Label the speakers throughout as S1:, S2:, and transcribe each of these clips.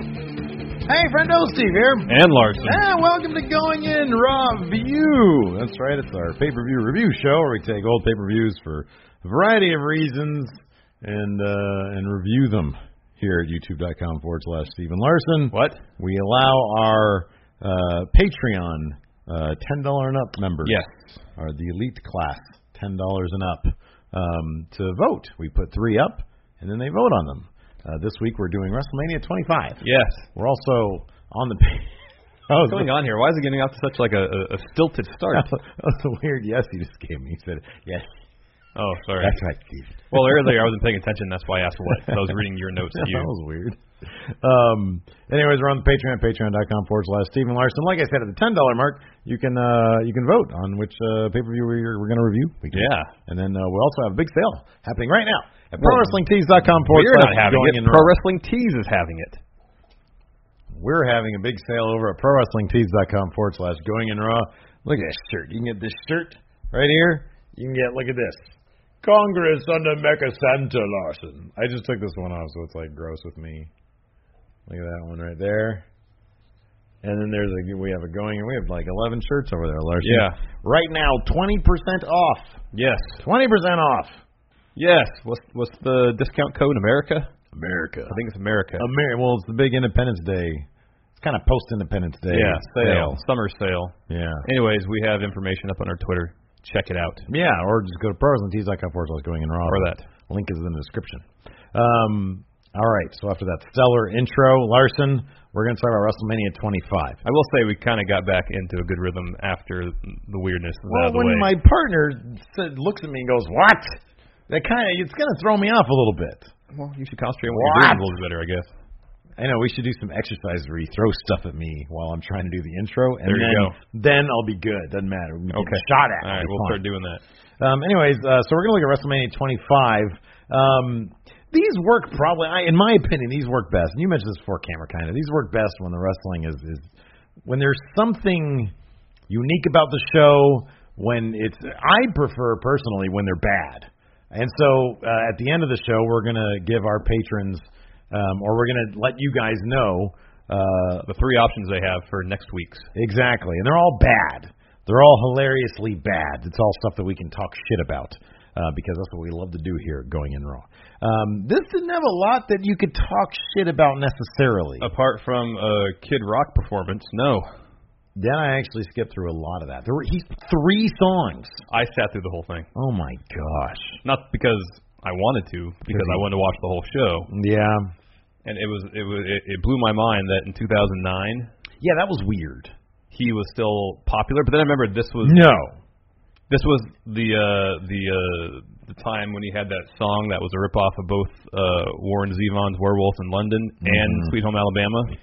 S1: Hey, friend, old Steve here.
S2: And Larson.
S1: And welcome to Going In Raw
S2: Review. That's right. It's our pay per view review show where we take old pay per views for a variety of reasons and uh, and review them here at youtube.com forward slash Stephen Larson.
S3: What?
S2: We allow our uh, Patreon uh, $10 and up members.
S3: Yes.
S2: Are the elite class, $10 and up, um, to vote. We put three up, and then they vote on them. Uh, this week we're doing WrestleMania 25.
S3: Yes.
S2: We're also on the. Oh,
S3: What's going on here? Why is it getting off to such like a, a, a stilted start?
S2: That was a weird yes he just gave me. He said, yes,
S3: Oh, sorry.
S2: that's right, Steve.
S3: Well, earlier I wasn't paying attention. That's why I asked what. 'cause I was reading your notes to you.
S2: That was weird. Um, anyways, we're on the Patreon, patreon.com forward slash Stephen Larson. Like I said, at the ten dollar mark, you can uh, you can vote on which uh, pay per view we're, we're going to review. We can.
S3: Yeah.
S2: and then uh, we also have a big sale happening right now at
S3: Well,
S2: prowrestlingtees.com forward
S3: We're
S2: slash
S3: not having
S2: going
S3: it.
S2: in
S3: Pro
S2: raw.
S3: Wrestling Tees is having it.
S2: We're having a big sale over at prowrestlingtees.com forward slash going in raw. Look at this shirt. You can get this shirt right here. You can get look at this. Congress under Mecca Santa Larson. I just took this one off, so it's like gross with me. Look at that one right there. And then there's a we have a going we have like eleven shirts over there, Larson.
S3: Yeah.
S2: Right now, twenty percent off.
S3: Yes.
S2: Twenty percent off.
S3: Yes. What's what's the discount code in America?
S2: America.
S3: I think it's America.
S2: Amer- well, it's the big Independence Day. It's kind of post Independence Day.
S3: yeah.
S2: sale.
S3: Sale. Summer sale.
S2: Yeah.
S3: Anyways, we have information up on our Twitter. Check it out.
S2: Yeah, or just go to prowrestlingtees.com forward slash going in raw.
S3: Or that.
S2: Link is in the description. Um, all right, so after that stellar intro, Larson, we're going to talk about WrestleMania 25.
S3: I will say we kind of got back into a good rhythm after the weirdness was out
S2: Well,
S3: of the
S2: when
S3: way.
S2: my partner said, looks at me and goes, what? That kind of, it's going to throw me off a little bit.
S3: well, you should concentrate on what you're doing a
S2: What?
S3: little bit better, I guess.
S2: I know we should do some exercise where you throw stuff at me while I'm trying to do the intro, and
S3: There you
S2: then
S3: go.
S2: then I'll be good. Doesn't matter. We can get
S3: Okay.
S2: Shot at.
S3: All
S2: It'll
S3: right,
S2: be
S3: we'll
S2: fun.
S3: start doing that.
S2: Um, anyways, uh, so we're gonna look at WrestleMania 25. Um, these work probably, I, in my opinion, these work best. And you mentioned this before, camera kind of. These work best when the wrestling is is when there's something unique about the show. When it's, I prefer personally when they're bad. And so uh, at the end of the show, we're gonna give our patrons, um, or we're gonna let you guys know uh,
S3: The three options they have for next week's.
S2: Exactly. And they're all bad. They're all hilariously bad. It's all stuff that we can talk shit about uh, because that's what we love to do here at Going In Raw. Um, this didn't have a lot that you could talk shit about necessarily.
S3: Apart from a Kid Rock performance, no.
S2: Then I actually skipped through a lot of that. There were he, three songs.
S3: I sat through the whole thing.
S2: Oh my gosh.
S3: Not because I wanted to, because I wanted to watch the whole show.
S2: Yeah.
S3: And it was it was it, it blew my mind that in 2009
S2: Yeah, that was weird.
S3: he was still popular. But then I remember this was
S2: No.
S3: this was the uh, the uh, the time when he had that song that was a ripoff of both uh, Warren Zevon's Werewolf in London and
S2: Mhm.
S3: Sweet Home Alabama,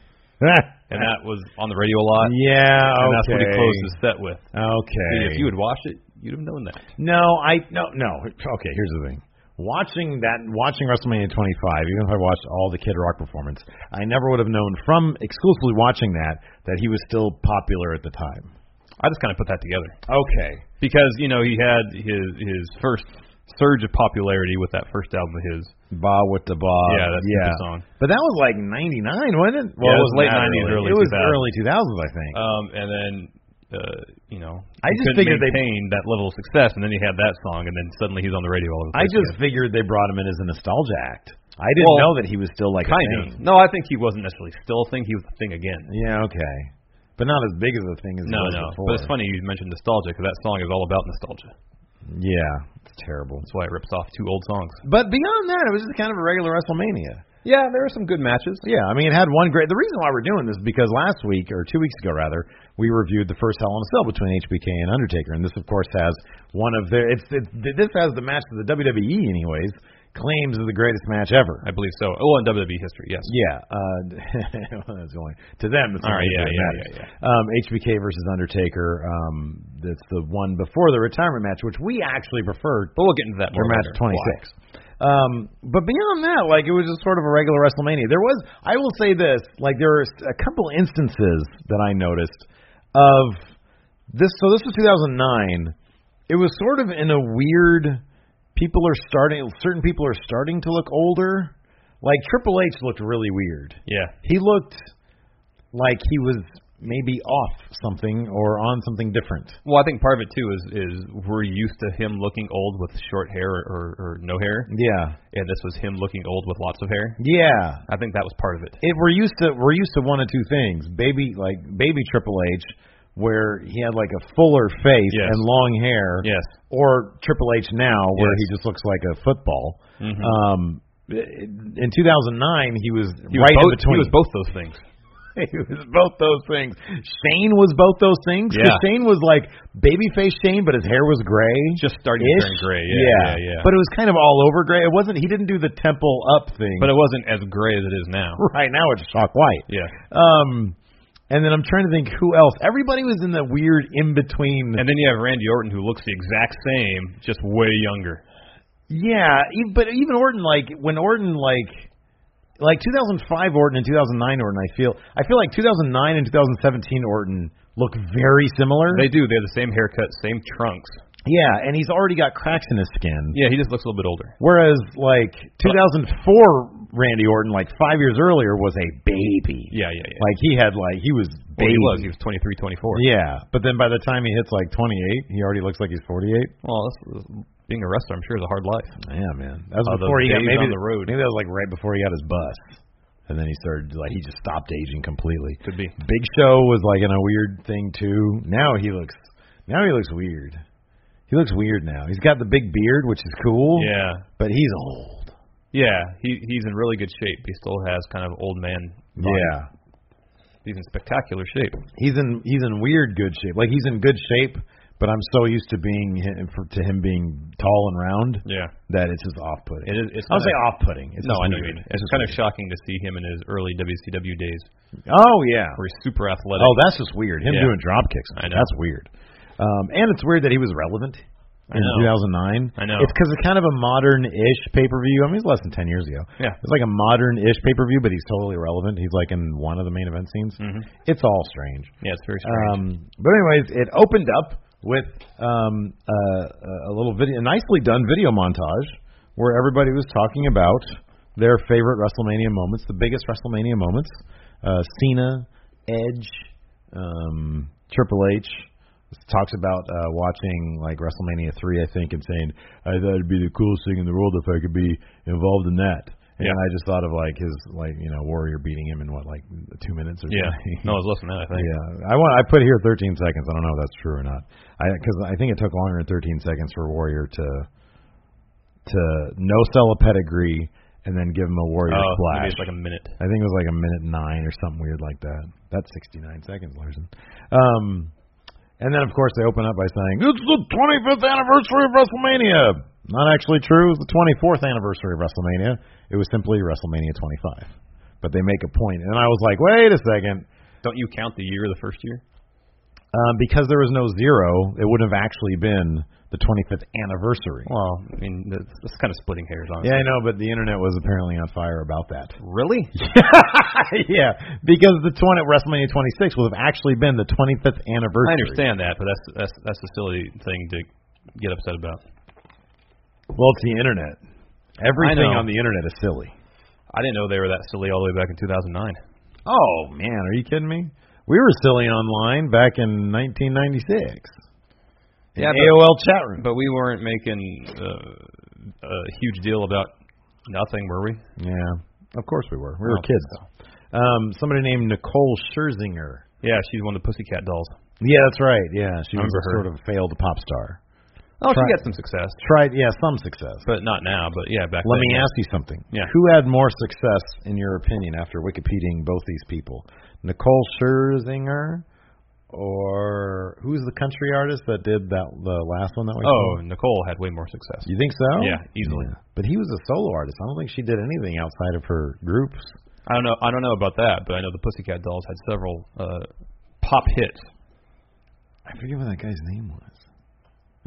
S3: and that was on the radio a lot.
S2: yeah,
S3: and that's what he
S2: okay.
S3: closed his set with.
S2: Okay.
S3: See, If you had watched it, you'd have known that.
S2: No, I no no. Okay, here's the thing. Watching that, watching WrestleMania 25, even if I watched all the Kid Rock performance, I never would have known from exclusively watching that that he was still popular at the time.
S3: I just kind of put that together
S2: Okay.
S3: because you know he had his his first surge of popularity with that first album of his.
S2: Ba with the ba.
S3: Yeah, that's
S2: yeah.
S3: the song.
S2: But that was like 99, wasn't it? Well,
S3: Yeah, it was
S2: wasn't
S3: late
S2: that
S3: 90s, early
S2: It was
S3: 2000s.
S2: early 2000s, I think.
S3: Um, and then uh, you know,
S2: I
S3: he
S2: just
S3: couldn't
S2: figured they-
S3: maintain that level of success, and then he had that song, and then suddenly he's on the radio all the
S2: I
S3: time.
S2: just figured they brought him in as a nostalgia act. I didn't
S3: Well,
S2: know that he was still like
S3: kind
S2: a
S3: of.
S2: thing.
S3: No, I think he wasn't necessarily still a thing. He was a thing again.
S2: Yeah, okay. But not as big as a thing as
S3: No,
S2: it was
S3: no.
S2: before.
S3: But it's funny you mentioned nostalgia because that song is all about nostalgia.
S2: Yeah, it's terrible.
S3: That's why it rips off two old songs.
S2: But beyond that, it was just kind of a regular WrestleMania.
S3: Yeah, there were some good matches.
S2: Yeah, I mean, it had one great. The reason why we're doing this is because last week, or two weeks ago rather, we reviewed the first Hell in a Cell between HBK and Undertaker, and this, of course, has one of their. It's it, this has the match that the WWE, anyways, claims is the greatest match ever.
S3: I believe so. Oh, in WWE history, yes.
S2: Yeah, uh, well, that's the only to them. It's
S3: All right,
S2: only that
S3: yeah, yeah,
S2: matters.
S3: yeah,
S2: Um, HBK versus Undertaker. Um, that's the one before the retirement match, which we actually preferred
S3: But we'll get into that more
S2: for match 26.
S3: later.
S2: Um, but beyond that, like it was just sort of a regular WrestleMania. There was, I will say this, like there were a couple instances that I noticed of this. So this was 2009. It was sort of in a weird. People are starting. Certain people are starting to look older. Like Triple H looked really weird.
S3: Yeah.
S2: He looked like he was maybe off something or on something different.
S3: Well, I think part of it too is is we're used to him looking old with short hair or, or, or no hair,
S2: Yeah.
S3: and this was him looking old with lots of hair.
S2: Yeah.
S3: I think that was part of it.
S2: it we're used to we're used to one of two things baby like baby triple h where he had like a fuller face
S3: Yes.
S2: and long hair
S3: Yes.
S2: or triple h now where
S3: Yes. Mm-hmm.
S2: he just looks like a football um in 2009 he was right
S3: was both,
S2: in between
S3: He was both those things.
S2: he was both those things. Shane was both those things. 'Cause
S3: Yeah.
S2: Shane was like babyface Shane, but his hair was gray.
S3: Just starting to
S2: Ish.
S3: turn gray, yeah, yeah, yeah.
S2: But it was kind of all over gray. It wasn't. He didn't do the temple up thing.
S3: But it wasn't as gray as it is now.
S2: right now it's shock white.
S3: Yeah.
S2: Um, and then I'm trying to think who else. Everybody was in the weird in between.
S3: And then you have Randy Orton who looks the exact same, just way younger.
S2: Yeah, e- but even Orton, like when Orton, like like 2005 Orton and 2009 Orton, I feel I feel like 2009 and 2017 Orton look very similar.
S3: They do. They have the same haircut, same trunks.
S2: yeah, and he's already got cracks in his skin.
S3: Yeah, he just looks a little bit older.
S2: Whereas like 2004 Randy Orton, like five years earlier, was a baby.
S3: Yeah, yeah, yeah.
S2: Like he had like he was
S3: Well,
S2: baby.
S3: he was. He was 23, 24.
S2: Yeah, but then by the time he hits like 28, he already looks like he's 48.
S3: Well, that's, being a wrestler, I'm sure, is a hard life.
S2: Yeah, man. That was
S3: Oh, those
S2: before he got
S3: days
S2: maybe
S3: on the road.
S2: Maybe that was like right before he got his bus, and then he started like he just stopped aging completely.
S3: Could be.
S2: Big Show was like in a weird thing too. Now he looks, now he looks weird. He looks weird now. He's got the big beard, which is cool.
S3: Yeah.
S2: but he's old.
S3: Yeah, he he's in really good shape. He still has kind of old man. body.
S2: Yeah,
S3: He's in spectacular shape.
S2: he's in he's in weird good shape. Like he's in good shape, but I'm so used to being him, for, to him being tall and round
S3: Yeah.
S2: that it's just off putting.
S3: It is, it's
S2: I'll
S3: kinda-
S2: say off putting.
S3: No, I know you mean. It's kind of shocking to see him in his early WCW days
S2: Oh yeah.
S3: where he's super athletic.
S2: Oh, that's just weird. Him
S3: Yeah.
S2: doing drop kicks.
S3: I know.
S2: That's weird. Um, and it's weird that he was relevant in
S3: know.
S2: 2009.
S3: I know.
S2: It's because it's kind of a modern-ish pay-per-view. I mean, it's less than 10 years ago.
S3: Yeah.
S2: It's like a modern-ish pay-per-view, but he's totally relevant. He's like in one of the main event scenes.
S3: Mm-hmm.
S2: It's all strange.
S3: yeah, it's very strange.
S2: Um, but anyways, it opened up with um, uh, a little video, a nicely done video montage where everybody was talking about their favorite WrestleMania moments, the biggest WrestleMania moments. Uh, Cena, Edge, um, Triple H talks about uh, watching like WrestleMania three, I think, and saying, "I thought it'd be the coolest thing in the world if I could be involved in that." And
S3: Yeah.
S2: I just thought of like his like you know Warrior beating him in what like two minutes or
S3: yeah.
S2: something.
S3: No, I was less than that, I think.
S2: Yeah, I want. I put here 13 seconds. I don't know if that's true or not. I because I think it took longer than 13 seconds for Warrior to to no sell a pedigree and then give him a warrior
S3: oh,
S2: splash.
S3: maybe it's like a minute.
S2: I think it was like a minute nine or something weird like that. That's 69 seconds, Larson. Um, and then, of course, they open up by saying, It's the 25th anniversary of WrestleMania! Not actually true. It was the 24th anniversary of WrestleMania. It was simply WrestleMania 25. But they make a point. And I was like, wait a second.
S3: Don't you count the year the first year?
S2: Um, because there was no zero, it would have actually been the 25th anniversary.
S3: Well, I mean that's, that's kind of splitting hairs, honestly.
S2: Yeah, I know, but the internet was apparently on fire about that.
S3: Really?
S2: yeah, because the 20 WrestleMania 26 would have actually been the 25th anniversary.
S3: I understand that, but that's that's that's a silly thing to get upset about.
S2: Well, it's the internet. Everything
S3: know.
S2: on the internet is silly.
S3: I didn't know they were that silly all the way back in 2009.
S2: Oh man, are you kidding me? We were silly online back in 1996.
S3: Yeah, but-
S2: AOL chat room.
S3: But we weren't making uh, a huge deal about nothing, were we?
S2: yeah, of course we were. We were
S3: Oh.
S2: kids. Um, somebody named Nicole Scherzinger.
S3: Yeah, she's one of the Pussycat Dolls.
S2: Yeah, that's right. Yeah, she was
S3: Remember her.
S2: sort of a failed pop star.
S3: Oh,
S2: Try-
S3: she got some success,
S2: Tried, yeah, some success.
S3: but not now. But yeah, back.
S2: Let
S3: then,
S2: me
S3: yeah.
S2: ask you something.
S3: Yeah.
S2: Who had more success, in your opinion, after Wikipediaing both these people, Nicole Scherzinger, or who's the country artist that did that the last one that we?
S3: Oh, Nicole had way more success.
S2: you think so?
S3: Yeah, easily.
S2: But he was a solo artist. I don't think she did anything outside of her groups.
S3: I don't know. I don't know about that, but I know the Pussycat Dolls had several uh, pop hits.
S2: I forget what that guy's name was.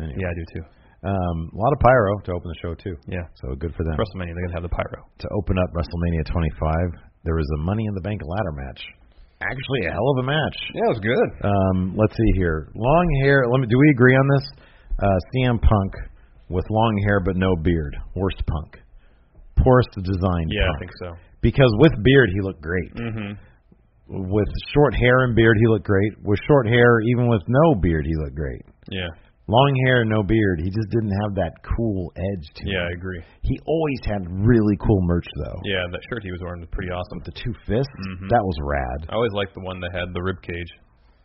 S2: Anyway,
S3: Yeah, I do too.
S2: Um, a lot of pyro to open the show too.
S3: Yeah,
S2: So good for them.
S3: WrestleMania they're gonna have the pyro.
S2: to open up WrestleMania 25, there was a Money in the Bank ladder match. Actually, a hell of a match.
S3: Yeah, it was good.
S2: Um, let's see here. Long hair. Let me. Do we agree on this? Uh, CM Punk with long hair but no beard. Worst Punk. Poorest designed.
S3: Yeah, I
S2: Punk.
S3: think so.
S2: Because with beard he looked great.
S3: Mm-hmm.
S2: With short hair and beard he looked great. With short hair, even with no beard, he looked great.
S3: Yeah,
S2: Long hair, no beard. He just didn't have that cool edge to
S3: yeah, I
S2: him.
S3: agree.
S2: He always had really cool merch though.
S3: Yeah, that shirt he was wearing was pretty awesome.
S2: The two fists,
S3: Mhm.
S2: that was rad.
S3: I always liked the one that had the rib cage.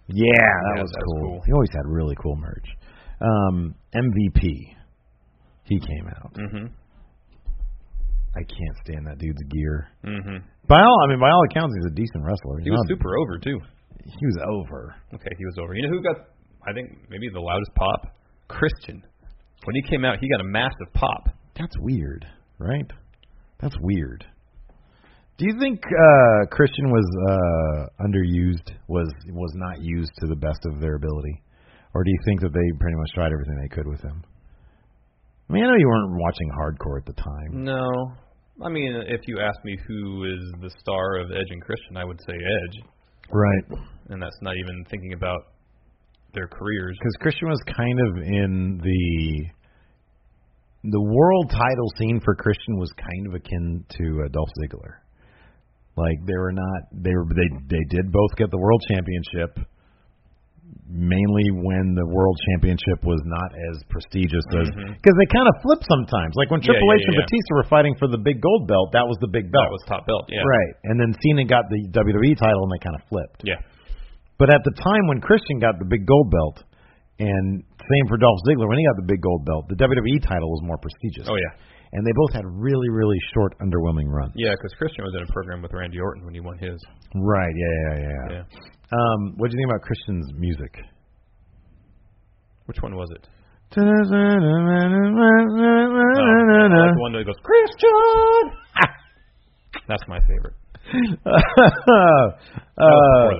S2: Yeah, that
S3: Yeah,
S2: was
S3: that
S2: cool.
S3: was cool.
S2: He always had really cool merch. Um, MVP. He came out.
S3: Mm-hmm.
S2: I can't stand that dude's gear.
S3: Mm-hmm.
S2: By all, I mean, by all accounts, he's a decent wrestler.
S3: He was
S2: Not-
S3: super over too.
S2: He was over.
S3: Okay, he was over. You know who got? I think maybe the loudest pop. Christian. When he came out, he got a massive pop.
S2: That's weird, right? That's weird. Do you think uh, Christian was uh, underused? Was was not used to the best of their ability, or do you think that they pretty much tried everything they could with him? I mean, I know you weren't watching hardcore at the time.
S3: No, I mean, if you ask me who is the star of Edge and Christian, I would say Edge,
S2: Right.
S3: and that's not even thinking about their careers.
S2: because Christian was kind of in the the world title scene for Christian was kind of akin to uh, Dolph Ziggler. Like they were not they were they they did both get the world championship mainly when the world championship was not as prestigious as because they kind of flip sometimes like when
S3: Mm-hmm. Yeah,
S2: Triple
S3: yeah,
S2: H and
S3: yeah, yeah.
S2: Batista were fighting for the big gold belt that was the big belt
S3: That was top belt. Yeah.
S2: right and then Cena got the WWE title and they kind of flipped
S3: Yeah.
S2: but at the time when Christian got the big gold belt, and same for Dolph Ziggler when he got the big gold belt, the WWE title was more prestigious.
S3: Oh yeah.
S2: And they both had really, really short, underwhelming runs.
S3: Yeah, because Christian was in a program with Randy Orton when he won his.
S2: Right. Yeah. Yeah. Yeah.
S3: Yeah.
S2: Um, what do you think about Christian's music?
S3: Which one was it? Oh, I like the
S2: Christian.
S3: one that goes Christian. That's my favorite. That was before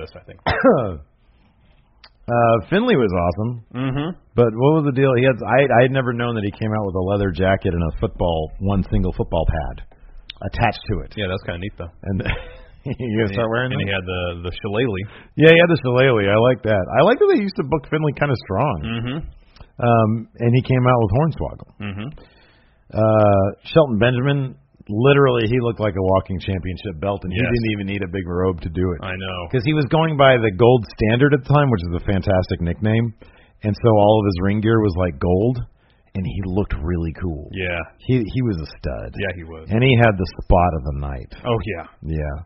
S2: uh,
S3: this, I think.
S2: uh, Finley was awesome.
S3: Mm-hmm.
S2: But what was the deal? He had I I had never known that he came out with a leather jacket and a football one single football pad attached to it.
S3: Yeah, that's kind of neat though.
S2: And you gonna start wearing
S3: and he
S2: them?
S3: had the the shillelagh.
S2: Yeah, he had the shillelagh. I like that. I like that they used to book Finley kind of strong.
S3: Mm-hmm.
S2: Um, and he came out with Hornswoggle.
S3: Mm-hmm.
S2: Uh, Shelton Benjamin, literally, he looked like a walking championship belt, and he
S3: Yes.
S2: didn't even need a big robe to do it
S3: I know.
S2: because he was going by the gold standard at the time, which is a fantastic nickname. And so all of his ring gear was like gold, and he looked really cool.
S3: Yeah.
S2: He he was a stud.
S3: Yeah, he was.
S2: And he had the spot of the night.
S3: Oh yeah.
S2: Yeah.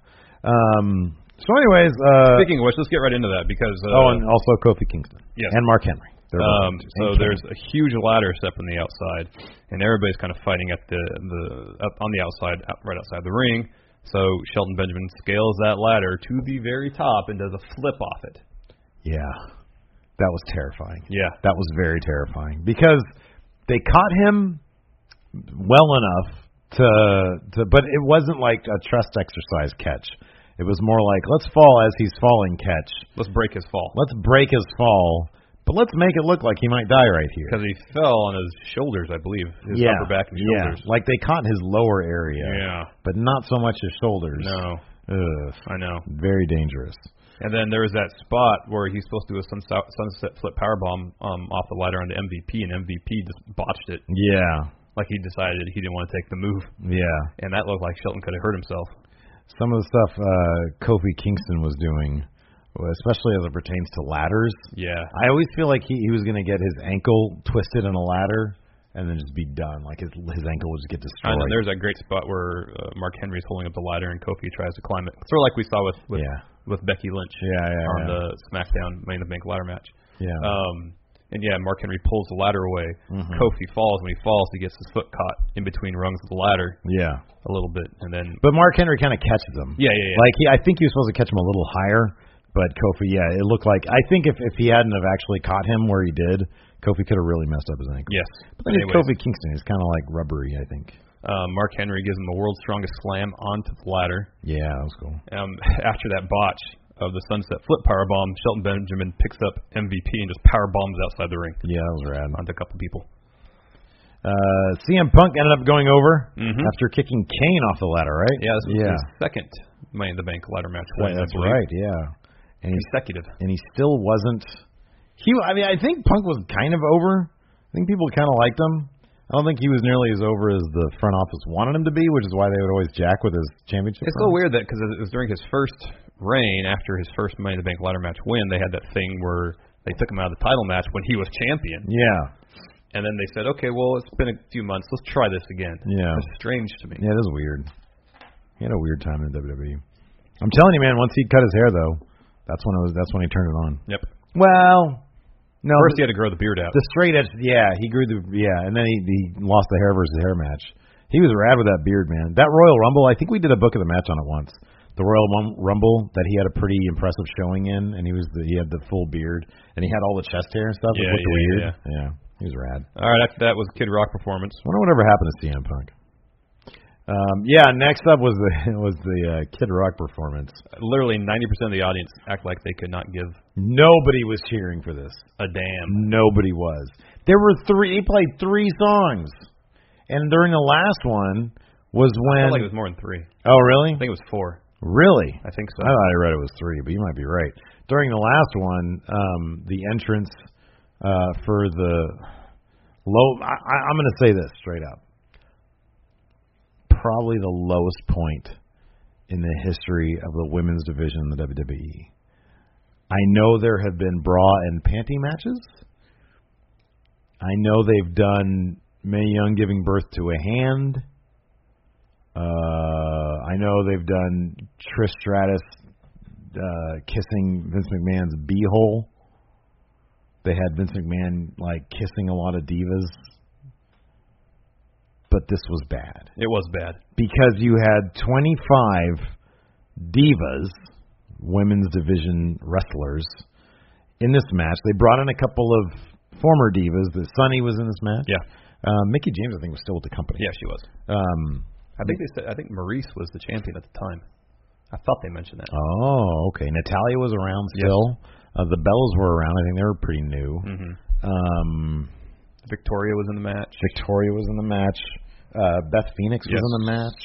S2: Um So, anyways, uh,
S3: Speaking of which, let's get right into that because uh,
S2: oh, and also Kofi Kingston
S3: Yes.
S2: and Mark Henry. They're
S3: Um,
S2: both-
S3: so
S2: and
S3: there's a huge ladder step on the outside, and everybody's kind of fighting at the the up on the outside, out, right outside the ring. So Shelton Benjamin scales that ladder to the very top and does a flip off it.
S2: yeah, that was terrifying.
S3: Yeah.
S2: That was very terrifying because they caught him well enough to to but it wasn't like a trust exercise catch. It was more like let's fall as he's falling catch.
S3: Let's break his fall
S2: Let's break his fall, but let's make it look like he might die right here.
S3: because he fell on his shoulders, I believe, his
S2: yeah,
S3: upper back and
S2: yeah,
S3: shoulders.
S2: like they caught his lower area,
S3: Yeah.
S2: but not so much his shoulders.
S3: No,
S2: Ugh,
S3: I know.
S2: very dangerous.
S3: And then there was that spot where he's supposed to do a sunset, sunset flip powerbomb um, off the ladder onto MVP, and MVP just botched it.
S2: Yeah,
S3: Like he decided he didn't want to take the move,
S2: yeah.
S3: and that looked like Shelton could have hurt himself.
S2: some of the stuff uh, Kofi Kingston was doing, especially as it pertains to ladders.
S3: Yeah.
S2: I always feel like he, he was going to get his ankle twisted in a ladder and then just be done. Like his his ankle would just get
S3: And then
S2: destroyed.
S3: there's that great spot where uh, Mark Henry's holding up the ladder and Kofi tries to climb it, sort of like we saw with with,
S2: Yeah.
S3: with Becky Lynch
S2: Yeah, yeah,
S3: on
S2: yeah.
S3: the SmackDown main event ladder match.
S2: Yeah. Mm-hmm.
S3: Um, and yeah, Mark Henry pulls the ladder away. Kofi falls. When he falls, he gets his foot caught in between rungs of the ladder
S2: yeah.
S3: a little bit, and then
S2: But Mark Henry kind of catches him.
S3: Yeah, yeah, yeah.
S2: Like he, I think he was supposed to catch him a little higher, but Kofi, yeah, it looked like I think if if he hadn't have actually caught him where he did, Kofi could have really messed up his ankle.
S3: yes.
S2: But then it's
S3: Anyways,
S2: Kofi Kingston. He's kind of like rubbery, I think.
S3: uh, Mark Henry gives him the world's strongest slam onto the ladder.
S2: Yeah, that was cool.
S3: um, after that botch of the sunset flip power bomb, Shelton Benjamin picks up MVP and just power bombs outside the ring
S2: Yeah, that was rad.
S3: onto a couple people.
S2: Uh, CM Punk ended up going over
S3: Mhm.
S2: after kicking Kane off the ladder, right?
S3: Yeah, this was
S2: yeah,
S3: his second Money in the Bank ladder match.
S2: Right,
S3: win, I
S2: that's
S3: believe.
S2: right. Yeah, and he
S3: Consecutive.
S2: and he still wasn't. He, I mean, I think Punk was kind of over. I think people kind of liked him. I don't think he was nearly as over as the front office wanted him to be, which is why they would always jack with his championship.
S3: It's so
S2: run.
S3: weird that because it was during his first reign, after his first Money in the Bank ladder match win, they had that thing where they took him out of the title match when he was champion,
S2: Yeah,
S3: and then they said, "Okay, well, it's been a few months. Let's try this again."
S2: Yeah.
S3: it's strange to me.
S2: yeah, it is weird. He had a weird time in WWE. I'm telling you, man. Once he cut his hair, though, that's when it was. That's when he turned it on.
S3: Yep.
S2: Well, no,
S3: First, he had to grow the beard out.
S2: The straight edge, yeah, he grew the yeah, and then he, he lost the hair versus hair match. He was rad with that beard, man. That Royal Rumble, I think we did a book of the match on it once. The Royal Rum- Rumble that he had a pretty impressive showing in, and he was the, he had the full beard, and he had all the chest hair and stuff.
S3: Yeah,
S2: it looked
S3: yeah,
S2: weird.
S3: yeah.
S2: yeah, he was rad.
S3: All right, after that was Kid Rock performance.
S2: Wonder whatever happened to CM Punk. Um, yeah, next up was the was the uh, Kid Rock performance.
S3: literally 90% of the audience act like they could not give
S2: Nobody was cheering for this.
S3: a damn.
S2: Nobody was. There were three. He played three songs, and during the last one was
S3: I
S2: when.
S3: felt like it was more than three.
S2: oh, really?
S3: I think it was four.
S2: Really?
S3: I think so.
S2: I thought I read it was three, but you might be right. During the last one, um, the entrance uh, for the low. I, I- I'm going to say this straight up. Probably the lowest point in the history of the women's division in the WWE. I know there have been bra and panty matches. I know they've done Mae Young giving birth to a hand. Uh, I know they've done Trish Stratus uh, kissing Vince McMahon's beehole. They had Vince McMahon like kissing a lot of divas, but this was bad
S3: It was bad.
S2: because you had 25 divas, women's division wrestlers, in this match. They brought in a couple of former divas. That Sunny was in this match.
S3: Yeah.
S2: Uh, Mickey James, I think, was still with the company.
S3: Yeah, she was.
S2: Um,
S3: I think they said I think Maurice was the champion at the time. I thought they mentioned that.
S2: Oh, okay. Natalia was around still. Uh, the Bellas were around. I think they were pretty new.
S3: Mhm.
S2: Um,
S3: Victoria was in the match.
S2: Victoria was in the match. Uh, Beth Phoenix
S3: Yes.
S2: was in the match.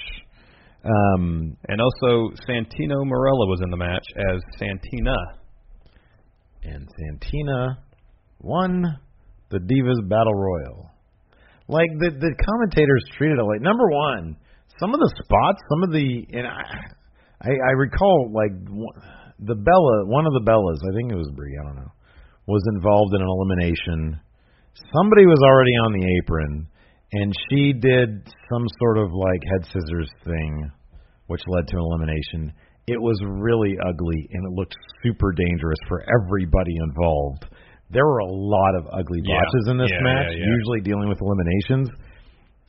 S2: Um,
S3: And also Santino Morella was in the match as Santina.
S2: and Santina won the Divas Battle Royal. Like the the commentators treated it like number one. Some of the spots, some of the and I I, I recall like one- the Bella, one of the Bellas, I think it was Brie, I don't know, was involved in an elimination. Somebody was already on the apron, and she did some sort of like head scissors thing, which led to an elimination. It was really ugly, and it looked super dangerous for everybody involved. There were a lot of ugly
S3: Yeah.
S2: botches in this
S3: Yeah,
S2: match,
S3: yeah, yeah.
S2: usually dealing with eliminations,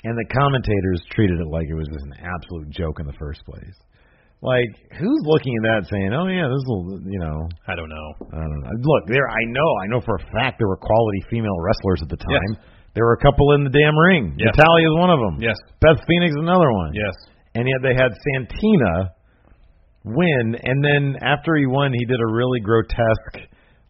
S2: and the commentators treated it like it was just an absolute joke in the first place. Like, who's looking at that saying, "Oh yeah, this will," you know,
S3: I don't know.
S2: I don't know. Uh, Look, there. I know. I know for a fact there were quality female wrestlers at the time. There were a couple in the damn ring.
S3: Yes.
S2: Natalia is one of them.
S3: Yes.
S2: Beth Phoenix is another one.
S3: Yes.
S2: And yet they had Santina win, and then after he won, he did a really grotesque,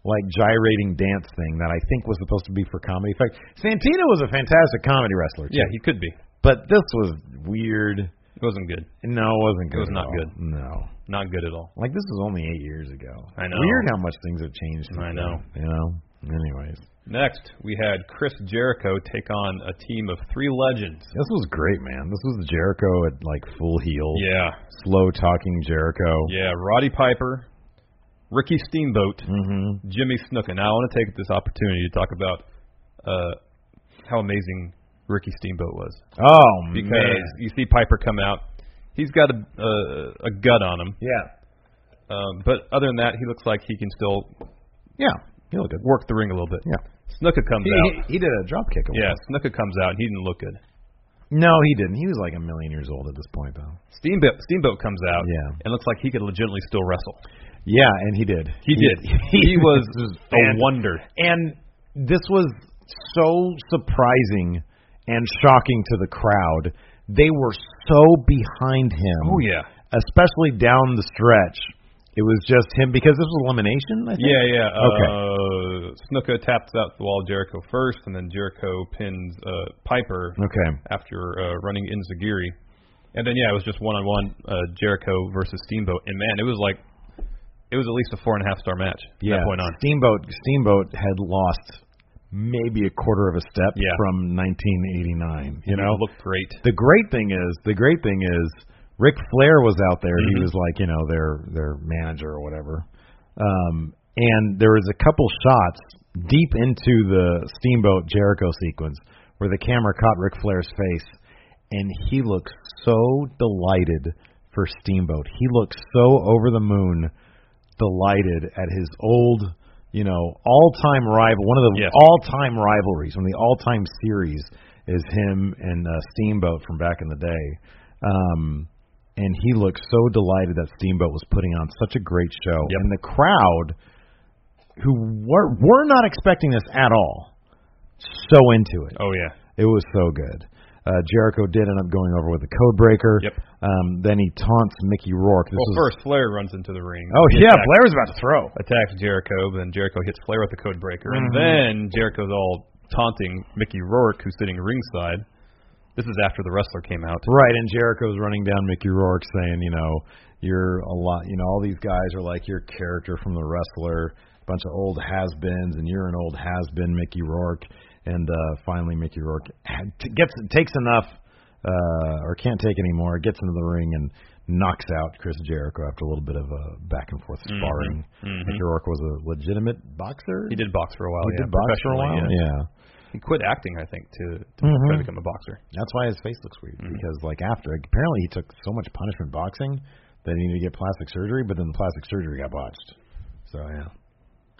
S2: like gyrating dance thing that I think was supposed to be for comedy effect. Santina was a fantastic comedy wrestler. Too,
S3: Yeah, he could be. It
S2: but this was weird.
S3: wasn't good.
S2: No, it wasn't good.
S3: was
S2: at
S3: not
S2: all.
S3: good.
S2: No.
S3: Not good at all.
S2: Like this was only eight years ago.
S3: I know.
S2: Weird how much things have changed. since
S3: I know.
S2: then, You know. Anyways,
S3: Next, we had Chris Jericho take on a team of three legends.
S2: this was great, man. This was Jericho at like full heel.
S3: Yeah,
S2: Slow talking Jericho.
S3: yeah. Roddy Piper, Ricky Steamboat,
S2: Mm-hmm.
S3: Jimmy Snuka. Now I want to take this opportunity to talk about uh, how amazing Ricky Steamboat was
S2: Oh
S3: because
S2: man.
S3: you see Piper come out, he's got a a, a gut on him,
S2: Yeah.
S3: um, but other than that, he looks like he can still
S2: Yeah. He looked good.
S3: work the ring a little bit.
S2: Yeah.
S3: Snuka comes
S2: He,
S3: out.
S2: he, he did a drop kick. a while.
S3: Yeah, Snuka comes out and he didn't look good.
S2: No, he didn't. He was like a million years old at this point, though.
S3: Steamboat Steamboat comes out
S2: Yeah.
S3: and looks like he could legitimately still wrestle.
S2: Yeah, and he did.
S3: He did. He was a
S2: And-
S3: wonder.
S2: And this was so surprising and shocking to the crowd. They were so behind him.
S3: Oh yeah.
S2: especially down the stretch. It was just him because this was elimination. I think?
S3: Yeah, yeah.
S2: Okay.
S3: Uh Snuka taps out the wall Jericho first and then Jericho pins uh Piper
S2: Okay.
S3: after uh running Inzagiri. And then yeah, it was just one on one uh Jericho versus Steamboat and man, it was like it was at least a four and a half star match from
S2: Yeah.
S3: that point on.
S2: Steamboat Steamboat had lost maybe a quarter of a step
S3: Yeah.
S2: from 1989. You know.
S3: He looked great.
S2: The great thing is the great thing is Ric Flair was out there. He
S3: Mhm.
S2: was like you know their their manager or whatever. Um, and there was a couple shots deep into the Steamboat Jericho sequence where the camera caught Ric Flair's face, and he looked so delighted for Steamboat. He looked so over the moon, delighted at his old, you know, all-time rival. One of the
S3: Yes.
S2: all-time rivalries, one of the all-time series is him and uh, Steamboat from back in the day. Um, and he looked so delighted that Steamboat was putting on such a great show,
S3: Yep.
S2: and the crowd who were were not expecting this at all, so into it.
S3: Oh yeah.
S2: It was so good. Uh, Jericho did end up going over with a code breaker.
S3: Yep.
S2: Um, then he taunts Mickey Rourke. This
S3: Well
S2: was,
S3: first Flair runs into the ring.
S2: Oh
S3: He
S2: yeah,
S3: attacks
S2: Blair was about to throw.
S3: attacks Jericho, but then Jericho hits Flair with the code breaker,
S2: Mm-hmm.
S3: and then Jericho's all taunting Mickey Rourke, who's sitting ringside. This is after the wrestler came out.
S2: Right, and Jericho's running down Mickey Rourke saying, you know, you're a lot, you know, all these guys are like your character from The Wrestler, bunch of old has-beens, and you're an old has-been Mickey Rourke. And uh, finally, Mickey Rourke had- t- gets takes enough, uh, or can't take anymore, gets into the ring and knocks out Chris Jericho after a little bit of a back and forth sparring. Mickey Rourke was a legitimate boxer.
S3: Mm-hmm.
S2: Oh,
S3: He did box for a while.
S2: He
S3: yeah,
S2: did box for a
S3: professionally,
S2: while.
S3: Yeah.
S2: yeah.
S3: He quit acting, I think, to, to
S2: Mhm.
S3: try to become a boxer.
S2: That's why his face looks weird
S3: Mm-hmm.
S2: because like after apparently he took so much punishment boxing that he needed to get plastic surgery, but then the plastic surgery got botched. So yeah,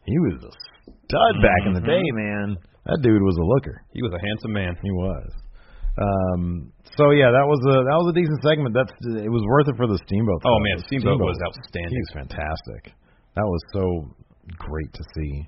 S2: he was a stud back in the
S3: Mm-hmm.
S2: day, man. That dude was a looker.
S3: He was a handsome man.
S2: He was. Um. So yeah, that was a that was a decent segment. That's it was worth it for the Steamboat.
S3: Oh
S2: crowd.
S3: man,
S2: The
S3: Steamboat was outstanding.
S2: He was fantastic. That was so great to see.